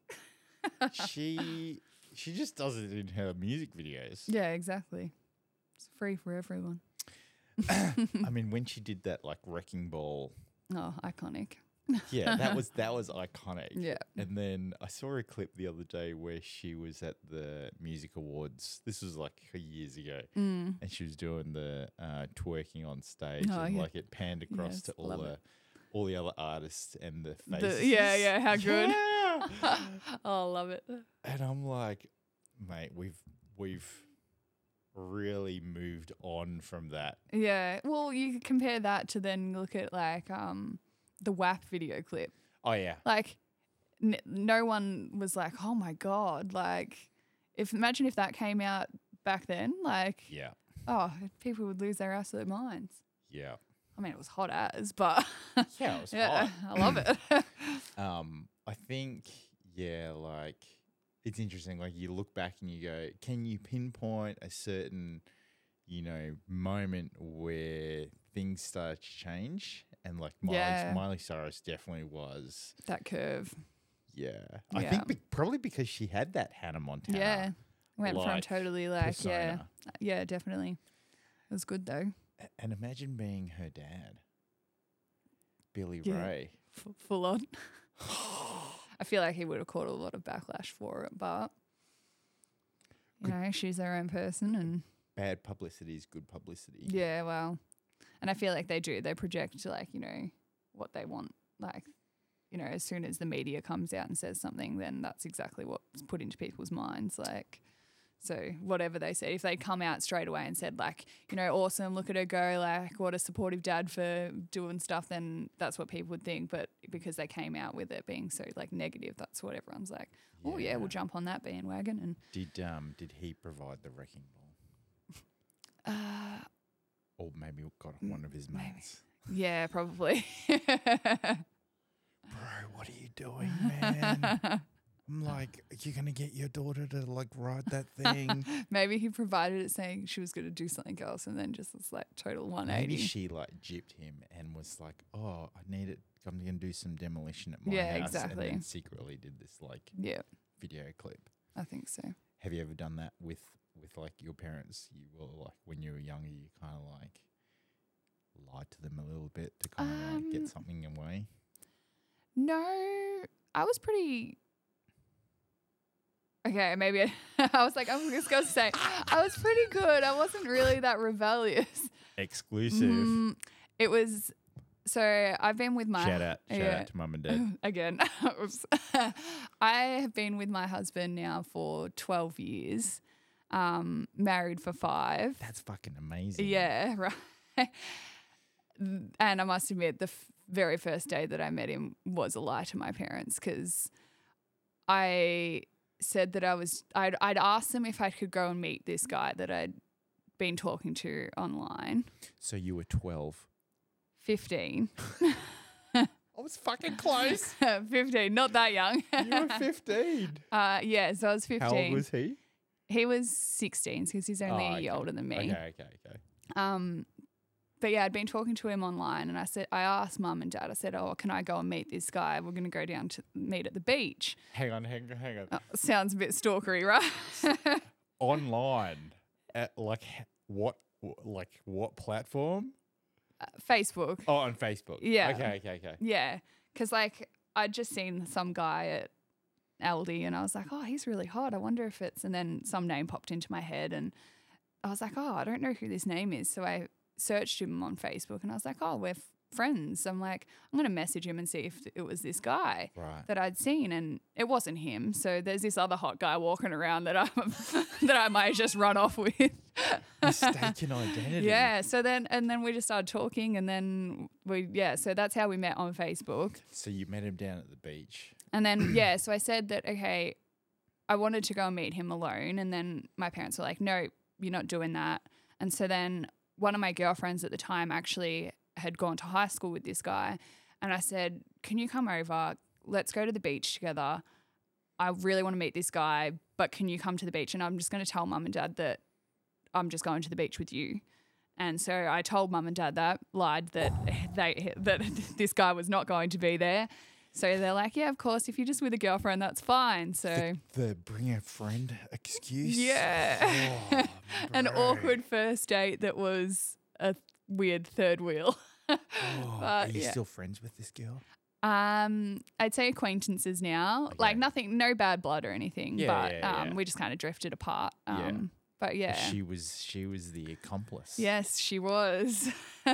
Speaker 1: she she just does it in her music videos.
Speaker 2: Yeah, exactly. It's free for everyone.
Speaker 1: I mean, when she did that like wrecking ball,
Speaker 2: Oh, iconic.
Speaker 1: yeah, that was that was iconic.
Speaker 2: Yeah.
Speaker 1: And then I saw a clip the other day where she was at the music awards. This was like years ago,
Speaker 2: Mm.
Speaker 1: and she was doing the uh, twerking on stage,
Speaker 2: Oh,
Speaker 1: and
Speaker 2: yeah.
Speaker 1: like it panned across
Speaker 2: Yes,
Speaker 1: to all
Speaker 2: love
Speaker 1: the
Speaker 2: it.
Speaker 1: all the other artists and the
Speaker 2: The-
Speaker 1: faces.
Speaker 2: yeah, yeah, how good.
Speaker 1: Yeah.
Speaker 2: oh, love it.
Speaker 1: and I'm like, mate, we've we've really moved on from that.
Speaker 2: Yeah. Well, you could compare that to then look at like um the WAP video clip.
Speaker 1: Oh yeah,
Speaker 2: Like, n- no one was like, "Oh my god!" Like, if imagine if that came out back then, like,
Speaker 1: yeah,
Speaker 2: oh, people would lose their absolute minds.
Speaker 1: yeah,
Speaker 2: I mean, it was hot as, but
Speaker 1: yeah. It was
Speaker 2: yeah,
Speaker 1: hot.
Speaker 2: I love it.
Speaker 1: Um, I think yeah, like it's interesting. Like you look back and you go, can you pinpoint a certain, you know, moment where things start to change? And like Miley,
Speaker 2: Yeah.
Speaker 1: Miley Cyrus definitely was.
Speaker 2: that curve,
Speaker 1: Yeah, I
Speaker 2: Yeah.
Speaker 1: think be- probably because she had that Hannah Montana.
Speaker 2: yeah, went from
Speaker 1: like,
Speaker 2: totally like
Speaker 1: persona.
Speaker 2: yeah, yeah, definitely. It was good though.
Speaker 1: A- And imagine being her dad, Billy
Speaker 2: Yeah.
Speaker 1: Ray.
Speaker 2: F- full on. I feel like he would have caught a lot of backlash for it, but you
Speaker 1: Could-
Speaker 2: know, she's their own person, and
Speaker 1: Bad publicity is good publicity.
Speaker 2: yeah, well, and I feel like they do. They project like you know what they want, like. You know, as soon as the media comes out and says something, then that's exactly what's put into people's minds. Like, so whatever they said, if they come out straight away and said like, you know, awesome, look at her go, like what a supportive dad for doing stuff, then that's what people would think. But because they came out with it being so like negative, that's what everyone's like, oh yeah, we'll jump on that bandwagon. And
Speaker 1: Did um did he provide the wrecking ball,
Speaker 2: uh,
Speaker 1: or maybe got
Speaker 2: Mm,
Speaker 1: one of his
Speaker 2: maybe.
Speaker 1: mates?
Speaker 2: yeah, probably.
Speaker 1: Bro, what are you doing, man? I'm like, you're gonna get your daughter to like ride that thing.
Speaker 2: Maybe he provided it saying she was going to do something else, and then just it's like total one
Speaker 1: maybe
Speaker 2: eighty.
Speaker 1: she like gypped him and was like, oh, I need it. I'm gonna do some demolition at my
Speaker 2: Yeah,
Speaker 1: house,
Speaker 2: exactly.
Speaker 1: and then secretly did this like
Speaker 2: Yeah,
Speaker 1: video clip.
Speaker 2: I think so.
Speaker 1: Have you ever done that with with like your parents? You were like when you were younger, you kind of like lied to them a little bit to kind of like
Speaker 2: Um,
Speaker 1: get something away.
Speaker 2: No, I was pretty. Okay, maybe I, I was like, I was just going to say, I was pretty good. I wasn't really that rebellious.
Speaker 1: Exclusive.
Speaker 2: Mm, it was. So I've been with my.
Speaker 1: shout out, shout
Speaker 2: yeah.
Speaker 1: out to mum and dad.
Speaker 2: Again, oops. I have been with my husband now for 12 years, um, married for five.
Speaker 1: That's fucking amazing.
Speaker 2: Yeah, right. And I must admit, the f- very first day that I met him was a lie to my parents because I said that I was, I'd, I'd asked them if I could go and meet this guy that I'd been talking to online,
Speaker 1: So you were 12.
Speaker 2: 15.
Speaker 1: I was fucking close.
Speaker 2: 15, not that young.
Speaker 1: you were 15.
Speaker 2: uh, yeah, so I was 15.
Speaker 1: How old was he?
Speaker 2: he was 16 because he's only
Speaker 1: Oh,
Speaker 2: a year
Speaker 1: okay.
Speaker 2: older than me.
Speaker 1: Okay, okay, okay.
Speaker 2: Um, but yeah, I'd been talking to him online, and I said, I asked mum and dad. I said, "Oh, can I go and meet this guy? We're going to go down to meet at the beach."
Speaker 1: Hang on, hang on, hang on.
Speaker 2: Oh, sounds a bit stalkery, right?
Speaker 1: Online, at like h- what, wh- like what platform?
Speaker 2: Facebook.
Speaker 1: Oh, on Facebook.
Speaker 2: Yeah.
Speaker 1: Okay, okay, okay.
Speaker 2: Yeah, because like I'd just seen some guy at Aldi, and I was like, oh, he's really hot. I wonder if it's. And then some name popped into my head, and I was like, oh, I don't know who this name is. So I searched him on Facebook, and I was like, oh, we're f- friends. I'm like, I'm gonna message him and see if it was this guy.
Speaker 1: Right.
Speaker 2: That I'd seen, and it wasn't him. So there's this other hot guy walking around that I that I might just run off with.
Speaker 1: Mistaken identity.
Speaker 2: Yeah. So then, and then we just started talking, and then we, yeah. So that's how we met on Facebook.
Speaker 1: So you met him down at the beach.
Speaker 2: And then, yeah. So I said that, okay, I wanted to go and meet him alone. And then my parents were like, no, you're not doing that. And so then one of my girlfriends at the time actually had gone to high school with this guy. And I said, can you come over? Let's go to the beach together. I really want to meet this guy, but can you come to the beach? And I'm just going to tell mum and dad that I'm just going to the beach with you. And so I told mum and dad that, lied that they that this guy was not going to be there. So they're like, yeah, of course, if you're just with a girlfriend, that's fine. So
Speaker 1: The bring a friend excuse.
Speaker 2: yeah,
Speaker 1: Oh,
Speaker 2: an
Speaker 1: bro.
Speaker 2: awkward first date that was a weird third wheel.
Speaker 1: Oh, are
Speaker 2: but,
Speaker 1: you
Speaker 2: yeah.
Speaker 1: still friends with this girl?
Speaker 2: Um, I'd say acquaintances now, like
Speaker 1: Okay.
Speaker 2: nothing, no bad blood or anything,
Speaker 1: Yeah,
Speaker 2: but
Speaker 1: yeah,
Speaker 2: um,
Speaker 1: yeah.
Speaker 2: we just kind of drifted apart. Um,
Speaker 1: Yeah.
Speaker 2: but yeah,
Speaker 1: She was she was the accomplice.
Speaker 2: Yes, she was.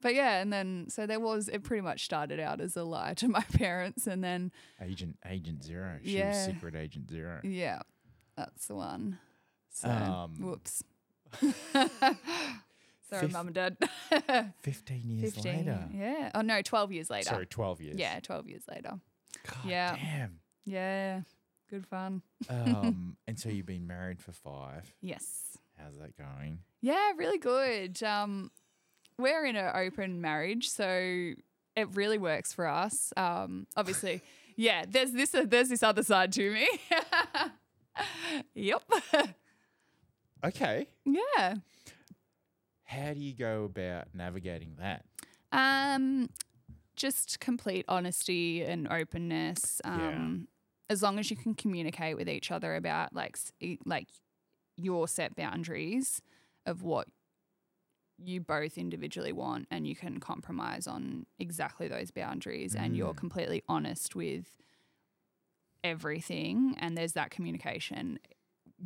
Speaker 2: but yeah, and then so there was it pretty much started out as a lie to my parents and then
Speaker 1: Agent Agent Zero. She was
Speaker 2: Yeah.
Speaker 1: Secret Agent Zero.
Speaker 2: yeah, that's the one. So
Speaker 1: Um,
Speaker 2: whoops. Sorry,
Speaker 1: fif-
Speaker 2: mum and dad.
Speaker 1: Fifteen years
Speaker 2: Fifteen.
Speaker 1: later.
Speaker 2: Yeah. Oh no, twelve years later.
Speaker 1: Sorry, twelve years.
Speaker 2: Yeah, twelve years later.
Speaker 1: God
Speaker 2: Yeah.
Speaker 1: Damn.
Speaker 2: Yeah. Good fun.
Speaker 1: Um, and so you've been married for five.
Speaker 2: Yes.
Speaker 1: How's that going?
Speaker 2: Yeah, really good. Um, we're in an open marriage, so it really works for us. Um, obviously, yeah. There's this. Uh, there's this other side to me. yep.
Speaker 1: Okay.
Speaker 2: yeah.
Speaker 1: How do you go about navigating that?
Speaker 2: Um, just complete honesty and openness.
Speaker 1: Yeah.
Speaker 2: Um, as long as you can communicate with each other about like s- e- like your set boundaries of what you both individually want, and you can compromise on exactly those boundaries, and you're
Speaker 1: Mm.
Speaker 2: completely honest with everything, and there's that communication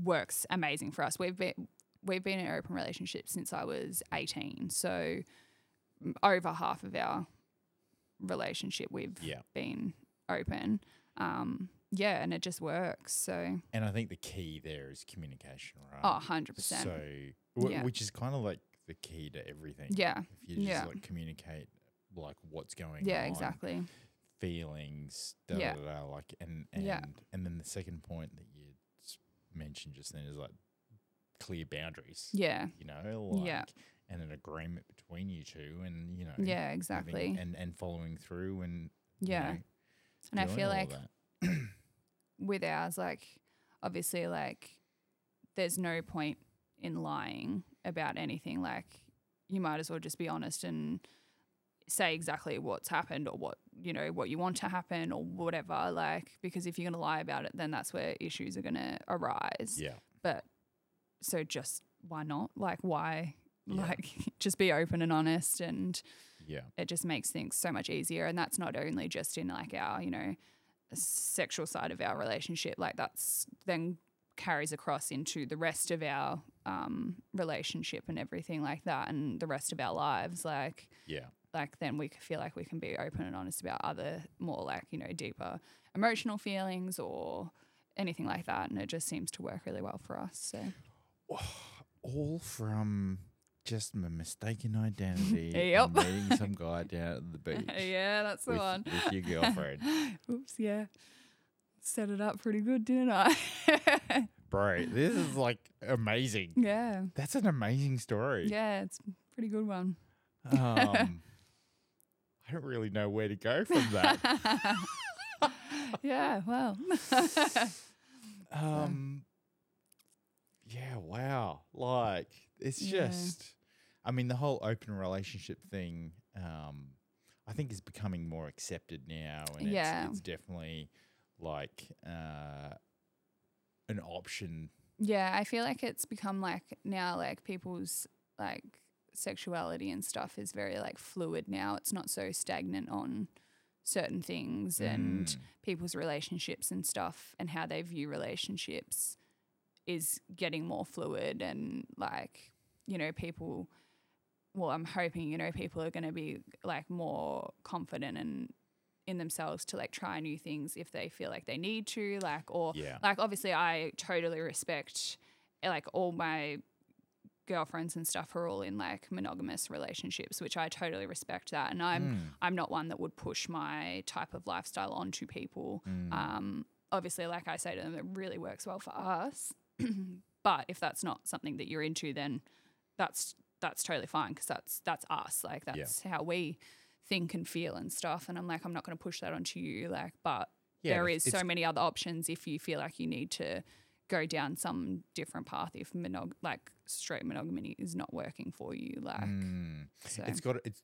Speaker 2: works amazing for us. We've been we've been in an open relationship since I was 18, so m- over half of our relationship we've
Speaker 1: Yeah.
Speaker 2: been open. Um, yeah, and it just works. So,
Speaker 1: And I think the key there is communication, right?
Speaker 2: oh, 100%.
Speaker 1: Um, So, w-
Speaker 2: Yeah.
Speaker 1: which is kind of like the key to everything.
Speaker 2: Yeah.
Speaker 1: If you just
Speaker 2: Yeah.
Speaker 1: like communicate like what's going on.
Speaker 2: yeah, exactly.
Speaker 1: Feelings, da,
Speaker 2: Yeah.
Speaker 1: da, da, da, like, and, and,
Speaker 2: Yeah.
Speaker 1: and then the second point that you s- mentioned just then is like clear boundaries,
Speaker 2: Yeah.
Speaker 1: you know, like,
Speaker 2: Yeah.
Speaker 1: and an agreement between you two and, you know,
Speaker 2: Yeah,
Speaker 1: having-
Speaker 2: exactly.
Speaker 1: and, and following through and, you
Speaker 2: Yeah.
Speaker 1: know,
Speaker 2: And I
Speaker 1: doing
Speaker 2: feel
Speaker 1: all
Speaker 2: like
Speaker 1: that.
Speaker 2: with ours, like obviously, like there's no point in lying about anything. Like you might as well just be honest and say exactly what's happened or what you know what you want to happen or whatever. Like because if you're gonna lie about it, then that's where issues are gonna arise.
Speaker 1: yeah.
Speaker 2: But so just why not? Like why?
Speaker 1: Yeah.
Speaker 2: Like just be open and honest and
Speaker 1: Yeah.
Speaker 2: it just makes things so much easier and that's not only just in like our you know sexual side of our relationship like that's then carries across into the rest of our um, relationship and everything like that and the rest of our lives like
Speaker 1: Yeah.
Speaker 2: like then we c- feel like we can be open and honest about other more like you know deeper emotional feelings or anything like that and it just seems to work really well for us so
Speaker 1: all from just my mistaken identity and
Speaker 2: Yep.
Speaker 1: meeting some guy down at the beach
Speaker 2: yeah that's the
Speaker 1: with,
Speaker 2: one
Speaker 1: with your girlfriend.
Speaker 2: oops yeah set it up pretty good didn't i
Speaker 1: Bro, this is like amazing.
Speaker 2: Yeah.
Speaker 1: That's an amazing story.
Speaker 2: Yeah, it's a pretty good one.
Speaker 1: Um, I don't really know where to go from that.
Speaker 2: yeah, well.
Speaker 1: Um, yeah, wow. Like, it's
Speaker 2: Yeah.
Speaker 1: just, I mean, the whole open relationship thing, um, I think, is becoming more accepted now, and
Speaker 2: Yeah.
Speaker 1: it's, it's definitely like uh, an option.
Speaker 2: Yeah, I feel like it's become like now like people's like sexuality and stuff is very like fluid now. It's not so stagnant on certain things and
Speaker 1: Mm.
Speaker 2: people's relationships and stuff and how they view relationships is getting more fluid and like you know people well I'm hoping you know people are going to be like more confident and in themselves to like try new things if they feel like they need to like or
Speaker 1: Yeah.
Speaker 2: like obviously i totally respect eh, like all my girlfriends and stuff are all in like monogamous relationships which i totally respect that and i'm
Speaker 1: Mm.
Speaker 2: i'm not one that would push my type of lifestyle onto people
Speaker 1: Mm.
Speaker 2: um obviously like i say to them it really works well for us but if that's not something that you're into then that's that's totally fine because that's that's us like
Speaker 1: Yeah.
Speaker 2: that's how we think and feel and stuff and i'm like i'm not going to push that onto you like but
Speaker 1: Yeah,
Speaker 2: there
Speaker 1: but
Speaker 2: is so
Speaker 1: it's-
Speaker 2: many other options if you feel like you need to go down some different path if monog- like straight monogamy is not working for you like
Speaker 1: Mm.
Speaker 2: so
Speaker 1: it's got it's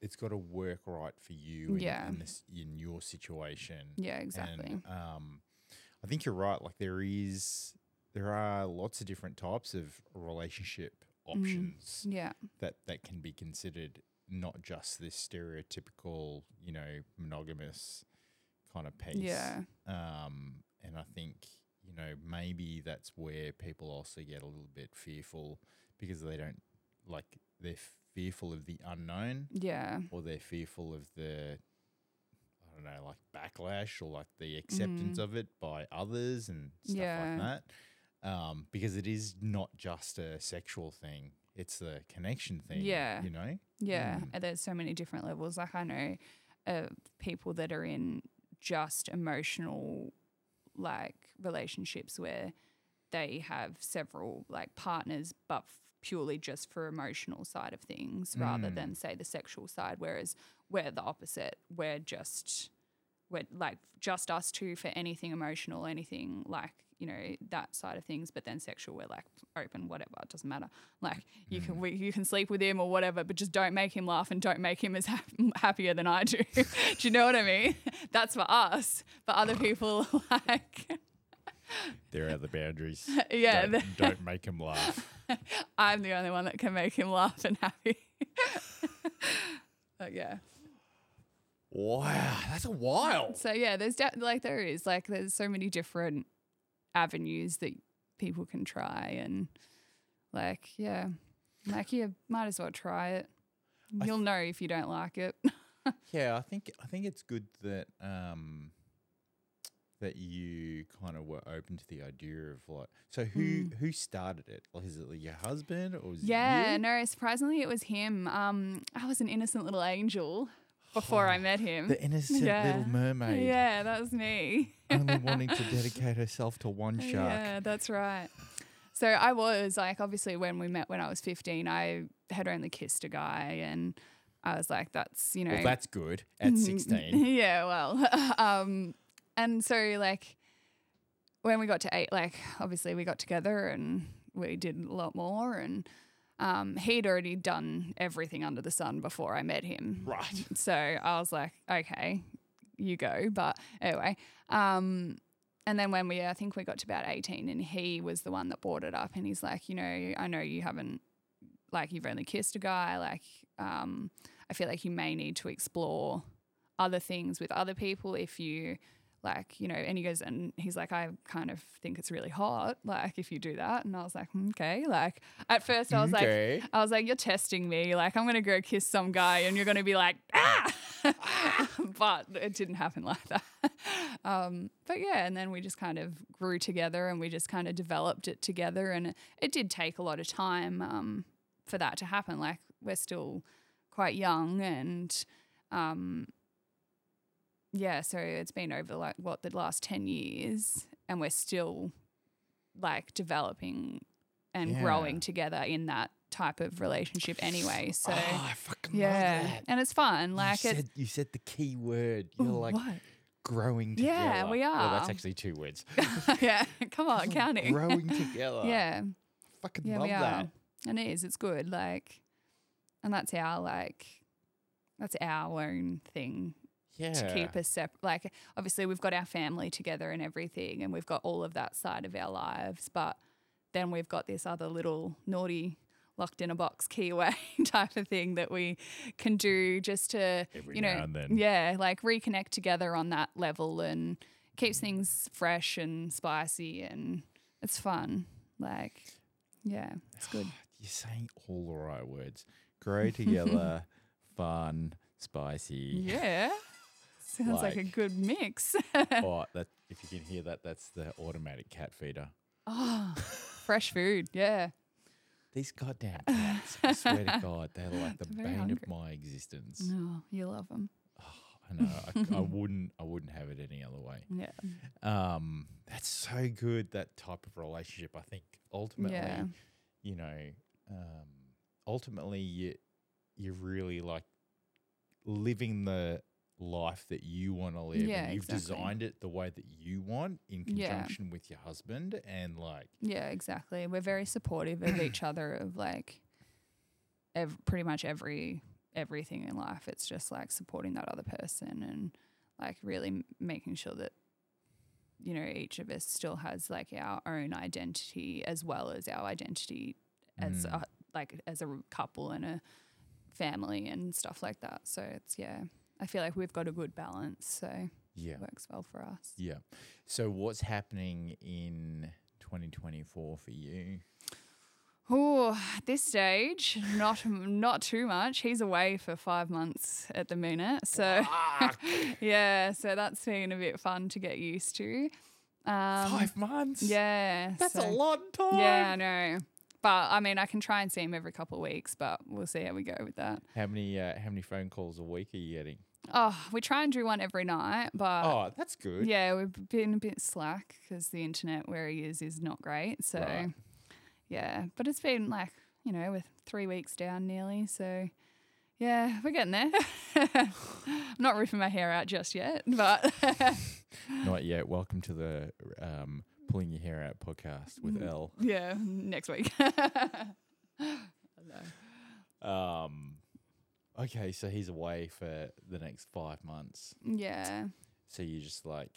Speaker 1: it's got to work right for you in,
Speaker 2: Yeah.
Speaker 1: in this in your situation
Speaker 2: yeah exactly
Speaker 1: and um i think you're right like there is there are lots of different types of relationship options
Speaker 2: yeah
Speaker 1: that that can be considered not just this stereotypical you know monogamous kind of piece
Speaker 2: yeah
Speaker 1: um and i think you know maybe that's where people also get a little bit fearful because they don't like they're fearful of the unknown
Speaker 2: yeah
Speaker 1: or they're fearful of the I don't know, like backlash or like the acceptance of it by others and stuff
Speaker 2: Mm. Yeah.
Speaker 1: like that. Um, because it is not just a sexual thing; it's the connection thing.
Speaker 2: Yeah.
Speaker 1: you know.
Speaker 2: Yeah,
Speaker 1: Mm.
Speaker 2: and there's so many different levels. Like I know uh, people that are in just emotional like relationships where they have several like partners, but f- purely just for emotional side of things, rather
Speaker 1: Mm.
Speaker 2: than say the sexual side. Whereas we're the opposite. We're just we're like just us two for anything emotional, anything like you know that side of things. But then sexual, we're like open, whatever, it doesn't matter. Like you can we, you can sleep with him or whatever, but just don't make him laugh and don't make him as hap- happier than I do. do you know what I mean? That's for us. But other people, like
Speaker 1: There are the boundaries.
Speaker 2: yeah, the-
Speaker 1: don't, don't make them laugh.
Speaker 2: I'm the only one that can make him laugh and happy. but yeah.
Speaker 1: Wow, that's a wild.
Speaker 2: So yeah, there's de- like there is like there's so many different avenues that people can try and like yeah, like you might as well try it.
Speaker 1: I
Speaker 2: You'll know if you don't like it.
Speaker 1: Yeah, I think I think it's good that um that you kind of were open to the idea of like. So who who started it? Like, is it like your husband or is it
Speaker 2: Hmm. Yeah,
Speaker 1: you?
Speaker 2: no, surprisingly it was him. Um, I was an innocent little angel before I met him.
Speaker 1: The innocent
Speaker 2: Yeah.
Speaker 1: little mermaid
Speaker 2: yeah, that was me.
Speaker 1: only wanting to dedicate herself to one shark.
Speaker 2: Yeah, that's right. So I was like, obviously, when we met when I was 15, I had only kissed a guy, and I was like, that's, you know.
Speaker 1: Well, that's good at 16.
Speaker 2: Mm-hmm. yeah, well. um, and so, like, when we got to eight, like, obviously, we got together and we did a lot more, and um, he'd already done everything under the sun before I met him.
Speaker 1: right.
Speaker 2: So I was like, okay, you go. But anyway, um, and then when we, I think we got to about 18 and he was the one that brought it up and he's like, you know, I know you haven't, like, you've only kissed a guy. Like, um, I feel like you may need to explore other things with other people if you, like, you know, and he goes, and he's like, I kind of think it's really hot, like, if you do that. And I was like, "Mm, okay. Like, at first I was like,
Speaker 1: okay.
Speaker 2: I was like, you're testing me. Like, I'm going to go kiss some guy and you're going to be like, ah! but it didn't happen like that. Um, but yeah, and then we just kind of grew together and we just kind of developed it together. And it did take a lot of time um, for that to happen. Like, we're still quite young and. Um, yeah, so it's been over like what the last 10 years, and we're still like developing and
Speaker 1: Yeah.
Speaker 2: growing together in that type of relationship anyway. So
Speaker 1: oh, I fucking
Speaker 2: yeah,
Speaker 1: love that.
Speaker 2: and it's fun. Like
Speaker 1: you,
Speaker 2: it,
Speaker 1: said, you said the key word. You're
Speaker 2: Ooh,
Speaker 1: like
Speaker 2: what?
Speaker 1: growing together.
Speaker 2: Yeah, we
Speaker 1: Well, that's
Speaker 2: are.
Speaker 1: actually two words.
Speaker 2: yeah, come on, counting.
Speaker 1: growing together.
Speaker 2: yeah,
Speaker 1: Fucking
Speaker 2: yeah,
Speaker 1: love
Speaker 2: we are,
Speaker 1: that.
Speaker 2: and it is. It's good. Like and that's our like that's our own thing
Speaker 1: yeah.
Speaker 2: to keep us separate. Like, obviously, we've got our family together and everything, and we've got all of that side of our lives, but then we've got this other little naughty locked in a box key away type of thing that we can do just to,
Speaker 1: Every
Speaker 2: you know,
Speaker 1: now and then.
Speaker 2: yeah, like reconnect together on that level and keeps things fresh and spicy and it's fun. Like, yeah, it's good.
Speaker 1: You're saying all the right words. Grow together, fun, spicy.
Speaker 2: Yeah. Sounds like, a
Speaker 1: Like-
Speaker 2: good mix.
Speaker 1: oh, that if you can hear that, that's the automatic cat feeder.
Speaker 2: oh, fresh food. Yeah.
Speaker 1: These goddamn cats, I swear to God, they're like the
Speaker 2: They're very
Speaker 1: bane
Speaker 2: hungry. Mm.
Speaker 1: of my existence.
Speaker 2: No, you love them.
Speaker 1: I know. I, I wouldn't. I wouldn't have it any other way.
Speaker 2: Yeah.
Speaker 1: Um, that's so good. That type of relationship. I think ultimately,
Speaker 2: Yeah.
Speaker 1: you know, um, ultimately you you're really like living the life that you want to live.
Speaker 2: Yeah,
Speaker 1: and you've
Speaker 2: exactly.
Speaker 1: designed it the way that you want in
Speaker 2: Yeah.
Speaker 1: conjunction with your husband, and like
Speaker 2: Yeah, exactly. We're very supportive of each other of like ev- pretty much every everything in life. It's just like supporting that other person and like really m- making sure that you know each of us still has like our own identity as well as our identity as
Speaker 1: Mm.
Speaker 2: a, like as a couple and a family and stuff like that. So it's yeah. I feel like we've got a good balance, so
Speaker 1: yeah,
Speaker 2: it works well for us.
Speaker 1: yeah. So what's happening in 2024 for you?
Speaker 2: Oh, at this stage, not not too much. He's away for five months at the minute, so
Speaker 1: Fuck,
Speaker 2: yeah, so that's been a bit fun to get used to. Um,
Speaker 1: five months.
Speaker 2: yeah,
Speaker 1: that's a
Speaker 2: so-
Speaker 1: lot of time.
Speaker 2: Yeah, I know. But I mean, I can try and see him every couple of weeks, but we'll see how we go with that.
Speaker 1: How many uh, how many phone calls a week are you getting?
Speaker 2: Oh, we try and do one every night, but
Speaker 1: oh, that's good.
Speaker 2: Uh, yeah, we've been a bit slack because the internet where he is is not great. So
Speaker 1: Right.
Speaker 2: yeah, but it's been like you know with three weeks down nearly. So yeah, we're getting there. not ripping my hair out just yet, but
Speaker 1: Not yet. Welcome to the um, pulling your hair out podcast with L.
Speaker 2: yeah, next week.
Speaker 1: Um, okay, so he's away for the next five months.
Speaker 2: yeah,
Speaker 1: So you're just like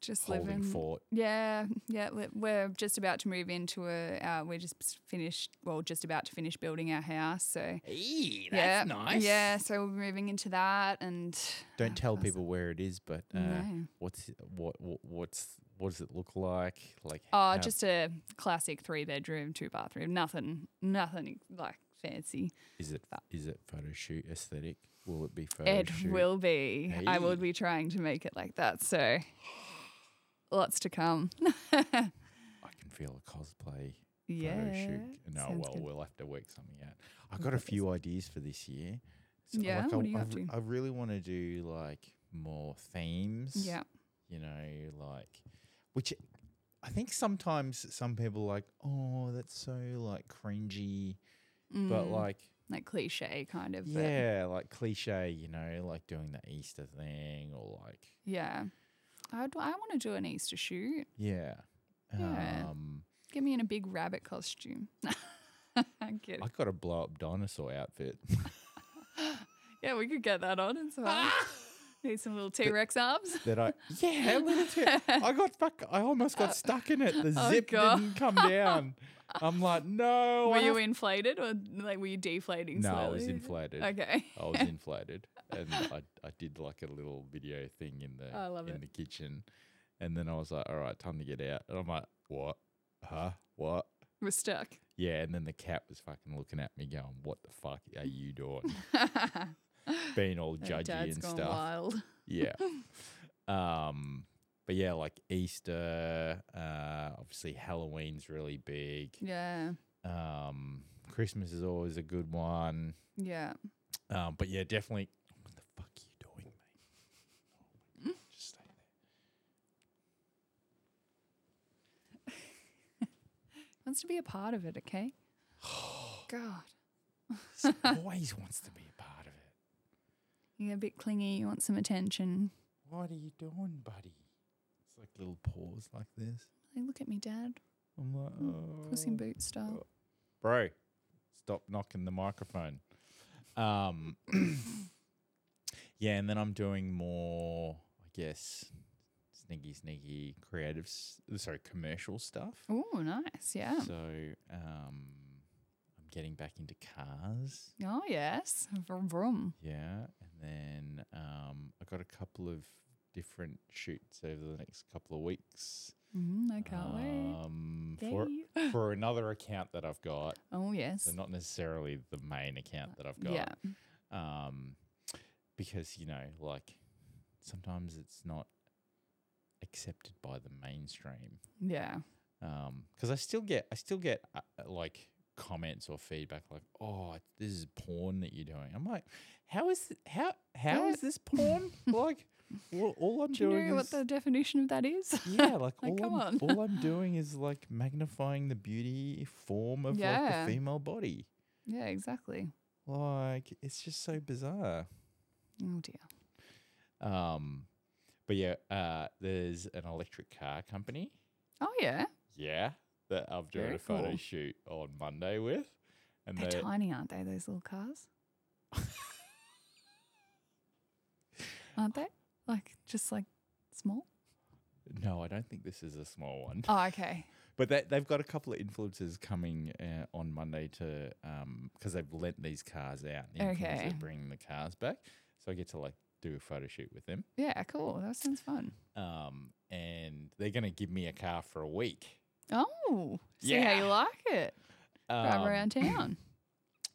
Speaker 2: just
Speaker 1: holding
Speaker 2: living.
Speaker 1: fort.
Speaker 2: Yeah, yeah. we- We're just about to move into a. Uh, we're just finished. Well, just about to finish building our house. So
Speaker 1: Eee,
Speaker 2: yeah, Yeah, so we're moving into that, and
Speaker 1: Don't tell people where it is, but uh,
Speaker 2: No.
Speaker 1: what's what, what what's what does it look like? Like
Speaker 2: oh,
Speaker 1: how-
Speaker 2: just a classic three bedroom, two bathroom. Nothing, nothing like fancy.
Speaker 1: is it is it photo shoot aesthetic? Will it be photo
Speaker 2: it
Speaker 1: Oh, shoot?
Speaker 2: will be. I will
Speaker 1: Hey.
Speaker 2: be trying to make it like that. So lots to come.
Speaker 1: I can feel a cosplay
Speaker 2: yeah.
Speaker 1: photo Oh, shoot. No,
Speaker 2: sounds
Speaker 1: well,
Speaker 2: good.
Speaker 1: we'll have to work something out. I've got a few ideas for this year.
Speaker 2: Yeah?
Speaker 1: I,
Speaker 2: What are you
Speaker 1: I,
Speaker 2: up
Speaker 1: re-
Speaker 2: to?
Speaker 1: I really want to do like more themes.
Speaker 2: Yeah.
Speaker 1: You know, like, which I think sometimes some people are like, oh, that's so like cringy, but
Speaker 2: Mm,
Speaker 1: like,
Speaker 2: like cliche kind of. but
Speaker 1: yeah, like cliche, you know, like doing the Easter thing or like,
Speaker 2: Yeah. I'd, I want to do an Easter shoot.
Speaker 1: yeah.
Speaker 2: Yeah.
Speaker 1: Um,
Speaker 2: Get me in a big rabbit costume. I'm kidding.
Speaker 1: I got a blow up dinosaur outfit.
Speaker 2: Yeah, we could get that on. It's fine.
Speaker 1: Ah!
Speaker 2: Need some little T Rex arms.
Speaker 1: that I yeah, little tip. I got fuck. I almost got stuck in it. The
Speaker 2: Oh,
Speaker 1: zip
Speaker 2: God.
Speaker 1: didn't come down. I'm like, no. Oh,
Speaker 2: Were
Speaker 1: I
Speaker 2: you
Speaker 1: have-
Speaker 2: inflated or like were you deflating
Speaker 1: no,
Speaker 2: slowly?
Speaker 1: I was inflated.
Speaker 2: Okay.
Speaker 1: I was inflated, and I, I did like a little video thing in the
Speaker 2: I love
Speaker 1: in
Speaker 2: it.
Speaker 1: the kitchen, and then I was like, all right, time to get out, and I'm like, what? Huh? What?
Speaker 2: We're stuck.
Speaker 1: Yeah, and then the cat was fucking looking at me, going, "What the fuck are you doing?" Being all
Speaker 2: Dad's
Speaker 1: judgy and
Speaker 2: gone
Speaker 1: stuff.
Speaker 2: wild.
Speaker 1: Yeah. um, but yeah, like Easter, uh, obviously Halloween's really big.
Speaker 2: Yeah.
Speaker 1: Um, Christmas is always a good one.
Speaker 2: Yeah.
Speaker 1: Um, but yeah, definitely. What the fuck are you doing, mate? Oh my God, just stay there.
Speaker 2: Wants to be a part of it, okay? God.
Speaker 1: S- always wants to be a part of it.
Speaker 2: You're a bit clingy, you want some attention.
Speaker 1: What are you doing, buddy? It's like little paws like this.
Speaker 2: Like, look at me, Dad.
Speaker 1: I'm
Speaker 2: Mm,
Speaker 1: like,
Speaker 2: Puss in
Speaker 1: oh.
Speaker 2: Boots style.
Speaker 1: Bro, Stop knocking the microphone. Um, yeah, and then I'm doing more, I guess, sneaky, sneaky creative, s- sorry, commercial stuff.
Speaker 2: Oh, nice. Yeah.
Speaker 1: So um, I'm getting back into cars.
Speaker 2: Oh, yes. Vroom, vroom.
Speaker 1: Yeah. And then um, I got a couple of different shoots over the next couple of weeks.
Speaker 2: Mm, I
Speaker 1: Ah,
Speaker 2: can't wait.
Speaker 1: um, For,
Speaker 2: Yay.
Speaker 1: for another account that I've got.
Speaker 2: Oh, yes.
Speaker 1: So not necessarily the main account that I've got.
Speaker 2: Yeah.
Speaker 1: Um, because, you know, like sometimes it's not accepted by the mainstream.
Speaker 2: Yeah.
Speaker 1: Um, 'cause because I still get I still get uh, uh, like comments or feedback like, "Oh, this is porn that you're doing." I'm like, "How is th- how how
Speaker 2: Yeah.
Speaker 1: is this porn?" like, all, all I'm
Speaker 2: Do you
Speaker 1: doing
Speaker 2: know
Speaker 1: is
Speaker 2: what the definition of that is?
Speaker 1: yeah, like,
Speaker 2: Like,
Speaker 1: all
Speaker 2: come
Speaker 1: I'm,
Speaker 2: on.
Speaker 1: all I'm doing is like magnifying the beauty form of
Speaker 2: Yeah.
Speaker 1: like the female body.
Speaker 2: yeah, exactly.
Speaker 1: Like, it's just so bizarre.
Speaker 2: Oh, dear.
Speaker 1: Um, but yeah, uh, there's an electric car company.
Speaker 2: Oh, yeah.
Speaker 1: Yeah, that I'm doing
Speaker 2: Very
Speaker 1: a photo
Speaker 2: cool.
Speaker 1: shoot on Monday with. And
Speaker 2: They're
Speaker 1: they're-
Speaker 2: tiny, aren't they, those little cars? aren't they? Like, just like small?
Speaker 1: No, I don't think this is a small one.
Speaker 2: Oh, okay.
Speaker 1: But they, they've got a couple of influencers coming uh, on Monday to because they've lent these cars out. The influencers
Speaker 2: Okay.
Speaker 1: are bringing the cars back, so I get to like do a photo shoot with them.
Speaker 2: Yeah, cool. That sounds fun.
Speaker 1: Um, and they're gonna give me a car for a week.
Speaker 2: Oh, see how
Speaker 1: Yeah.
Speaker 2: you like it. Drive
Speaker 1: Um,
Speaker 2: around town.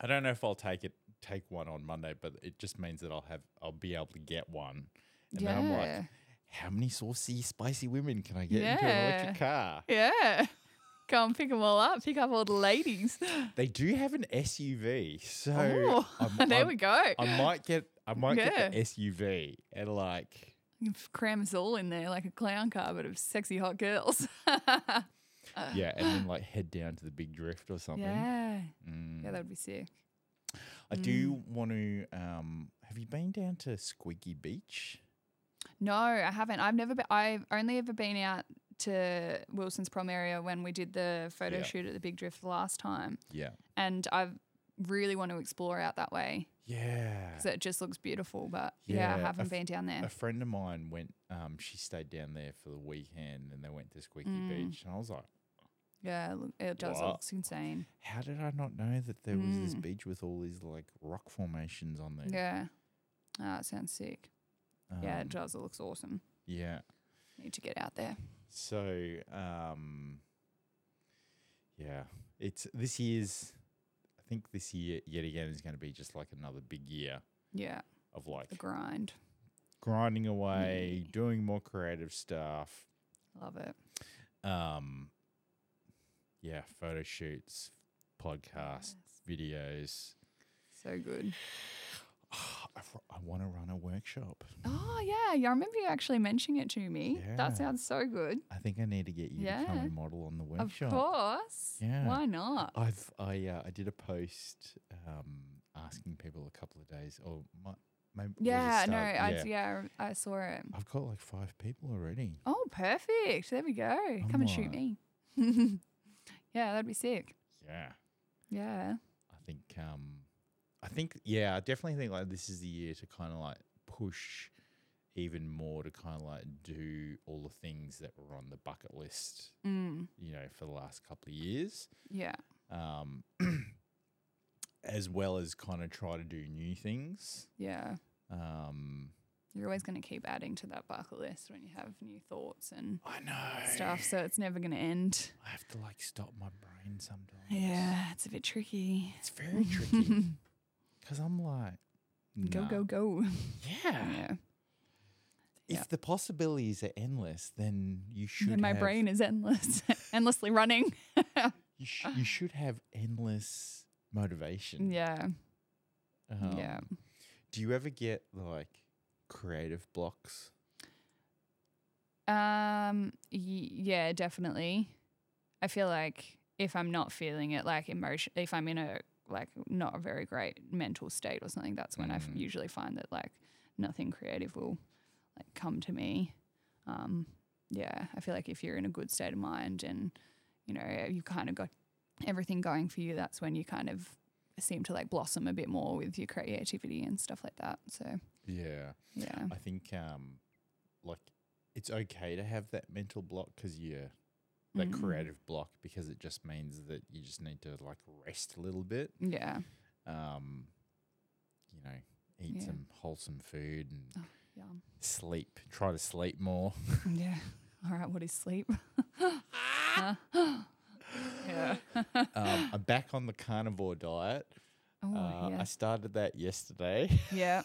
Speaker 1: I don't know if I'll take it take one on Monday, but it just means that I'll have I'll be able to get one. And then I'm
Speaker 2: yeah.
Speaker 1: like, how many saucy, spicy women can I get into an electric
Speaker 2: Yeah.
Speaker 1: car?
Speaker 2: yeah. Go and pick them all up. Pick up all the ladies.
Speaker 1: They do have an SUV, so
Speaker 2: Oh,
Speaker 1: I'm-
Speaker 2: there
Speaker 1: I'm-
Speaker 2: we go.
Speaker 1: I might get I might get the
Speaker 2: Yeah.
Speaker 1: SUV and like
Speaker 2: You can cram us all in there like a clown car, but of sexy hot girls.
Speaker 1: yeah, and then like head down to the big drift or something.
Speaker 2: yeah.
Speaker 1: Mm.
Speaker 2: Yeah, that mm. would be sick.
Speaker 1: I do want to. Um, have you been down to Squeaky Beach?
Speaker 2: No, I haven't. I've never been. I've only ever been out to Wilson's Prom area when we did the photo
Speaker 1: Yeah.
Speaker 2: shoot at the Big Drift last time,
Speaker 1: Yeah,
Speaker 2: and I really want to explore out that way
Speaker 1: yeah.
Speaker 2: because it just looks beautiful. But
Speaker 1: Yeah,
Speaker 2: yeah, I
Speaker 1: a
Speaker 2: haven't
Speaker 1: f-
Speaker 2: been down
Speaker 1: A
Speaker 2: there.
Speaker 1: friend of mine went. Um, she stayed down there for the weekend, and they went to Squeaky
Speaker 2: Mm.
Speaker 1: Beach, and I was like,
Speaker 2: Yeah, it loo- it does
Speaker 1: What?
Speaker 2: look insane.
Speaker 1: how did I not know that there was this
Speaker 2: Mm.
Speaker 1: beach with all these like rock formations on there?
Speaker 2: Yeah. Ah, it sounds sick. yeah, it
Speaker 1: Um,
Speaker 2: does. It looks awesome.
Speaker 1: yeah.
Speaker 2: Need to get out there.
Speaker 1: So, um, yeah, it's this year's. I think this year yet again is going to be just like another big year
Speaker 2: Yeah,
Speaker 1: of like
Speaker 2: the grind.
Speaker 1: grinding away,
Speaker 2: Yeah.
Speaker 1: doing more creative stuff.
Speaker 2: Love it.
Speaker 1: Um, yeah, photo shoots, podcasts, videos.
Speaker 2: So good.
Speaker 1: I, want to run a workshop.
Speaker 2: Oh yeah, yeah. I remember you actually mentioning it to me.
Speaker 1: Yeah.
Speaker 2: That sounds so good.
Speaker 1: I think I need to get you to come
Speaker 2: Yeah.
Speaker 1: and model on the
Speaker 2: Of
Speaker 1: workshop.
Speaker 2: course.
Speaker 1: Yeah.
Speaker 2: Why not?
Speaker 1: I've I uh, I did a post um, asking people a couple of days or my, maybe was it
Speaker 2: Yeah, no,
Speaker 1: start-
Speaker 2: I, yeah, I saw it.
Speaker 1: I've got like five people already.
Speaker 2: Oh, perfect. There we go. Come and
Speaker 1: like-
Speaker 2: shoot me. yeah, that'd be sick.
Speaker 1: Yeah,
Speaker 2: Yeah.
Speaker 1: I think um, I think yeah, I definitely think like this is the year to kind of like push even more to kind of like do all the things that were on the bucket list,
Speaker 2: Mm.
Speaker 1: you know, for the last couple of years.
Speaker 2: Yeah.
Speaker 1: Um, as well as kind of try to do new things.
Speaker 2: Yeah.
Speaker 1: Um,
Speaker 2: You're always going to keep adding to that bucket list when you have new thoughts and
Speaker 1: I know
Speaker 2: stuff. So it's never going to end.
Speaker 1: I have to like stop my brain sometimes.
Speaker 2: Yeah, it's a bit tricky.
Speaker 1: It's very tricky because I'm like,
Speaker 2: Go,
Speaker 1: nah.
Speaker 2: go, go.
Speaker 1: Yeah.
Speaker 2: Yeah.
Speaker 1: If
Speaker 2: Yeah.
Speaker 1: the possibilities are endless, then you should.
Speaker 2: And my
Speaker 1: have-
Speaker 2: brain is endless, endlessly running.
Speaker 1: You, sh- you should have endless motivation.
Speaker 2: Yeah. yeah.
Speaker 1: Um, Do you ever get like creative blocks?
Speaker 2: Um. Y- yeah, definitely. I feel like if I'm not feeling it, like emotion, if I'm in a like not a very great mental state or something, that's when I f-
Speaker 1: Mm.
Speaker 2: usually find that like nothing creative will like come to me. Um. Yeah, I feel like if you're in a good state of mind and you know you kind of got everything going for you, that's when you kind of seem to like blossom a bit more with your creativity and stuff like that. So
Speaker 1: Yeah.
Speaker 2: yeah,
Speaker 1: I think um, like it's okay to have that mental block because you that
Speaker 2: Mm.
Speaker 1: creative block because it just means that you just need to like rest a little bit.
Speaker 2: yeah,
Speaker 1: Um, you know, eat
Speaker 2: Yeah. Oh,
Speaker 1: some wholesome food and
Speaker 2: yum.
Speaker 1: sleep. Try to sleep more.
Speaker 2: yeah. All right, what is sleep? Huh? yeah.
Speaker 1: Um, I'm back on the carnivore diet.
Speaker 2: Oh
Speaker 1: uh, I
Speaker 2: yeah.
Speaker 1: started that yesterday.
Speaker 2: yeah.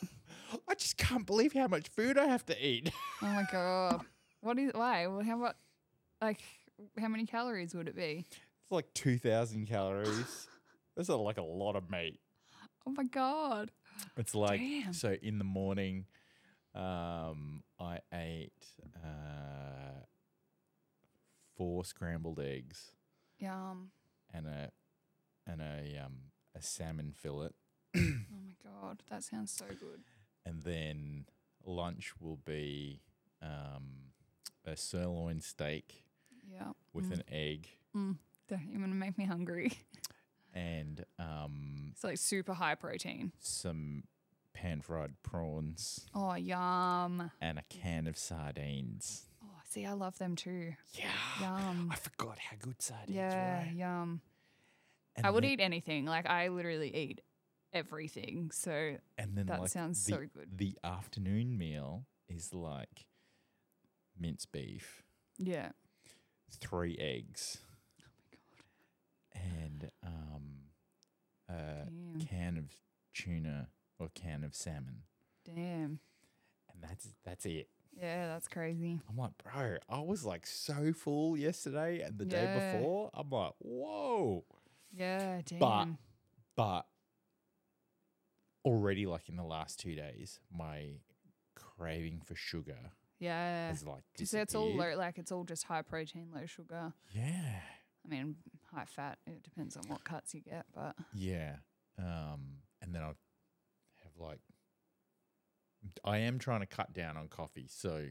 Speaker 1: I just can't believe how much food I have to eat.
Speaker 2: Oh my god. What is why? Well, how about like how many calories would it be?
Speaker 1: It's like two thousand calories. That's a, like a lot of meat.
Speaker 2: Oh my god.
Speaker 1: It's like
Speaker 2: Damn.
Speaker 1: so in the morning, um, I ate uh, four scrambled eggs
Speaker 2: Yum.
Speaker 1: and a and a um, a salmon fillet,
Speaker 2: Oh my god. That sounds so good.
Speaker 1: and then lunch will be um, a sirloin steak
Speaker 2: Yeah.
Speaker 1: with
Speaker 2: Mm.
Speaker 1: an egg
Speaker 2: Don't even make me hungry.
Speaker 1: and um,
Speaker 2: It's like super high protein.
Speaker 1: some pan fried prawns
Speaker 2: Oh yum.
Speaker 1: and a can of sardines.
Speaker 2: Oh, see, I love them too.
Speaker 1: Yeah.
Speaker 2: Yum.
Speaker 1: I forgot how good sardines
Speaker 2: Yeah,
Speaker 1: were.
Speaker 2: yum.
Speaker 1: And
Speaker 2: I would
Speaker 1: then-
Speaker 2: eat anything. Like I literally eat everything. So
Speaker 1: And then
Speaker 2: That
Speaker 1: like,
Speaker 2: sounds
Speaker 1: the,
Speaker 2: so good.
Speaker 1: The afternoon meal is like mince beef,
Speaker 2: yeah.
Speaker 1: three eggs, and um,
Speaker 2: Oh my
Speaker 1: a
Speaker 2: god.
Speaker 1: can of tuna or can of salmon,
Speaker 2: Damn. Damn.
Speaker 1: and that's that's it.
Speaker 2: Yeah, that's crazy.
Speaker 1: I'm like, bro, I was like so full yesterday and the
Speaker 2: Yeah.
Speaker 1: day before. I'm like, whoa,
Speaker 2: Yeah, damn.
Speaker 1: but already like in the last two days, my craving for sugar
Speaker 2: yeah.
Speaker 1: has like
Speaker 2: Because it's all
Speaker 1: disappeared.
Speaker 2: low, like it's all just high protein, low sugar.
Speaker 1: Yeah.
Speaker 2: I mean, high fat. It depends on what cuts you get, but
Speaker 1: Yeah. Um, and then I'll have like, I am trying to cut down on coffee. So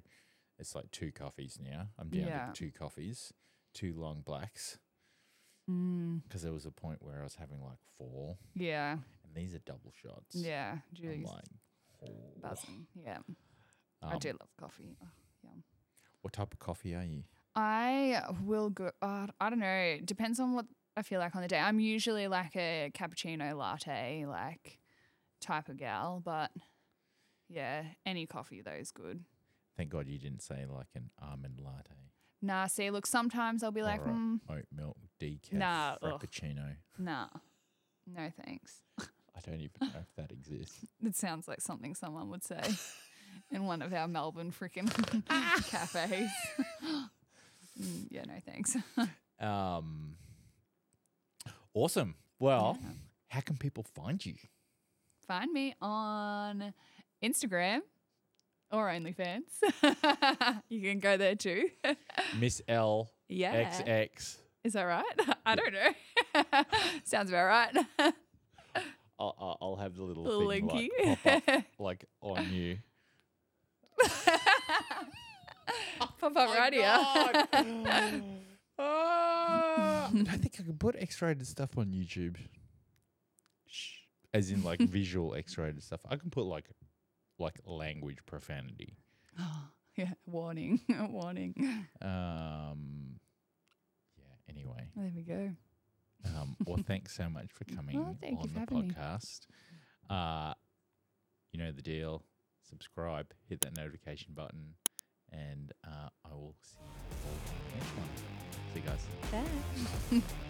Speaker 1: it's like two coffees now. I'm down
Speaker 2: Yeah.
Speaker 1: to two coffees, two long blacks,
Speaker 2: mm,
Speaker 1: because there was a point where I was having like four,
Speaker 2: yeah,
Speaker 1: and these are double shots.
Speaker 2: yeah.
Speaker 1: I'm
Speaker 2: Jeez,
Speaker 1: like, oh.
Speaker 2: buzzing. Yeah, I
Speaker 1: Um,
Speaker 2: do love coffee. Ugh, yum.
Speaker 1: What type of coffee are you?
Speaker 2: I will go. Uh, I don't know. It depends on what I feel like on the day. I'm usually like a cappuccino latte, like type of gal, but yeah, any coffee though is good.
Speaker 1: Thank God you didn't say like an almond latte.
Speaker 2: Nah, see, look, sometimes I'll be like,
Speaker 1: or a
Speaker 2: mm,
Speaker 1: oat milk decaf
Speaker 2: Nah, ugh.
Speaker 1: frappuccino.
Speaker 2: nah, no thanks.
Speaker 1: I don't even know if that exists.
Speaker 2: It sounds like something someone would say in one of our Melbourne freaking cafes. Mm, yeah, no thanks.
Speaker 1: Um, awesome. Well,
Speaker 2: Yeah.
Speaker 1: how can people find you?
Speaker 2: Find me on Instagram or OnlyFans. you can go there too.
Speaker 1: Miss L
Speaker 2: yeah.
Speaker 1: XX.
Speaker 2: Is that right? I don't know. Sounds about right.
Speaker 1: I'll- I'll, I'll have the little
Speaker 2: Little
Speaker 1: thing,
Speaker 2: linky.
Speaker 1: Like, pop up, like on you.
Speaker 2: Pop
Speaker 1: Oh
Speaker 2: up right here.
Speaker 1: Ah, I don't think I can put X-rated stuff on YouTube. As in like visual X-rated stuff. I can put like like language profanity.
Speaker 2: yeah, warning, warning.
Speaker 1: Um, yeah. Anyway,
Speaker 2: There we go.
Speaker 1: um, well, thanks so much for coming
Speaker 2: Oh, thank you
Speaker 1: on
Speaker 2: for
Speaker 1: the
Speaker 2: having me.
Speaker 1: podcast. Uh, you know the deal. Subscribe, hit that notification button, and uh, I will see you all in the next one. See you guys.
Speaker 2: Bye.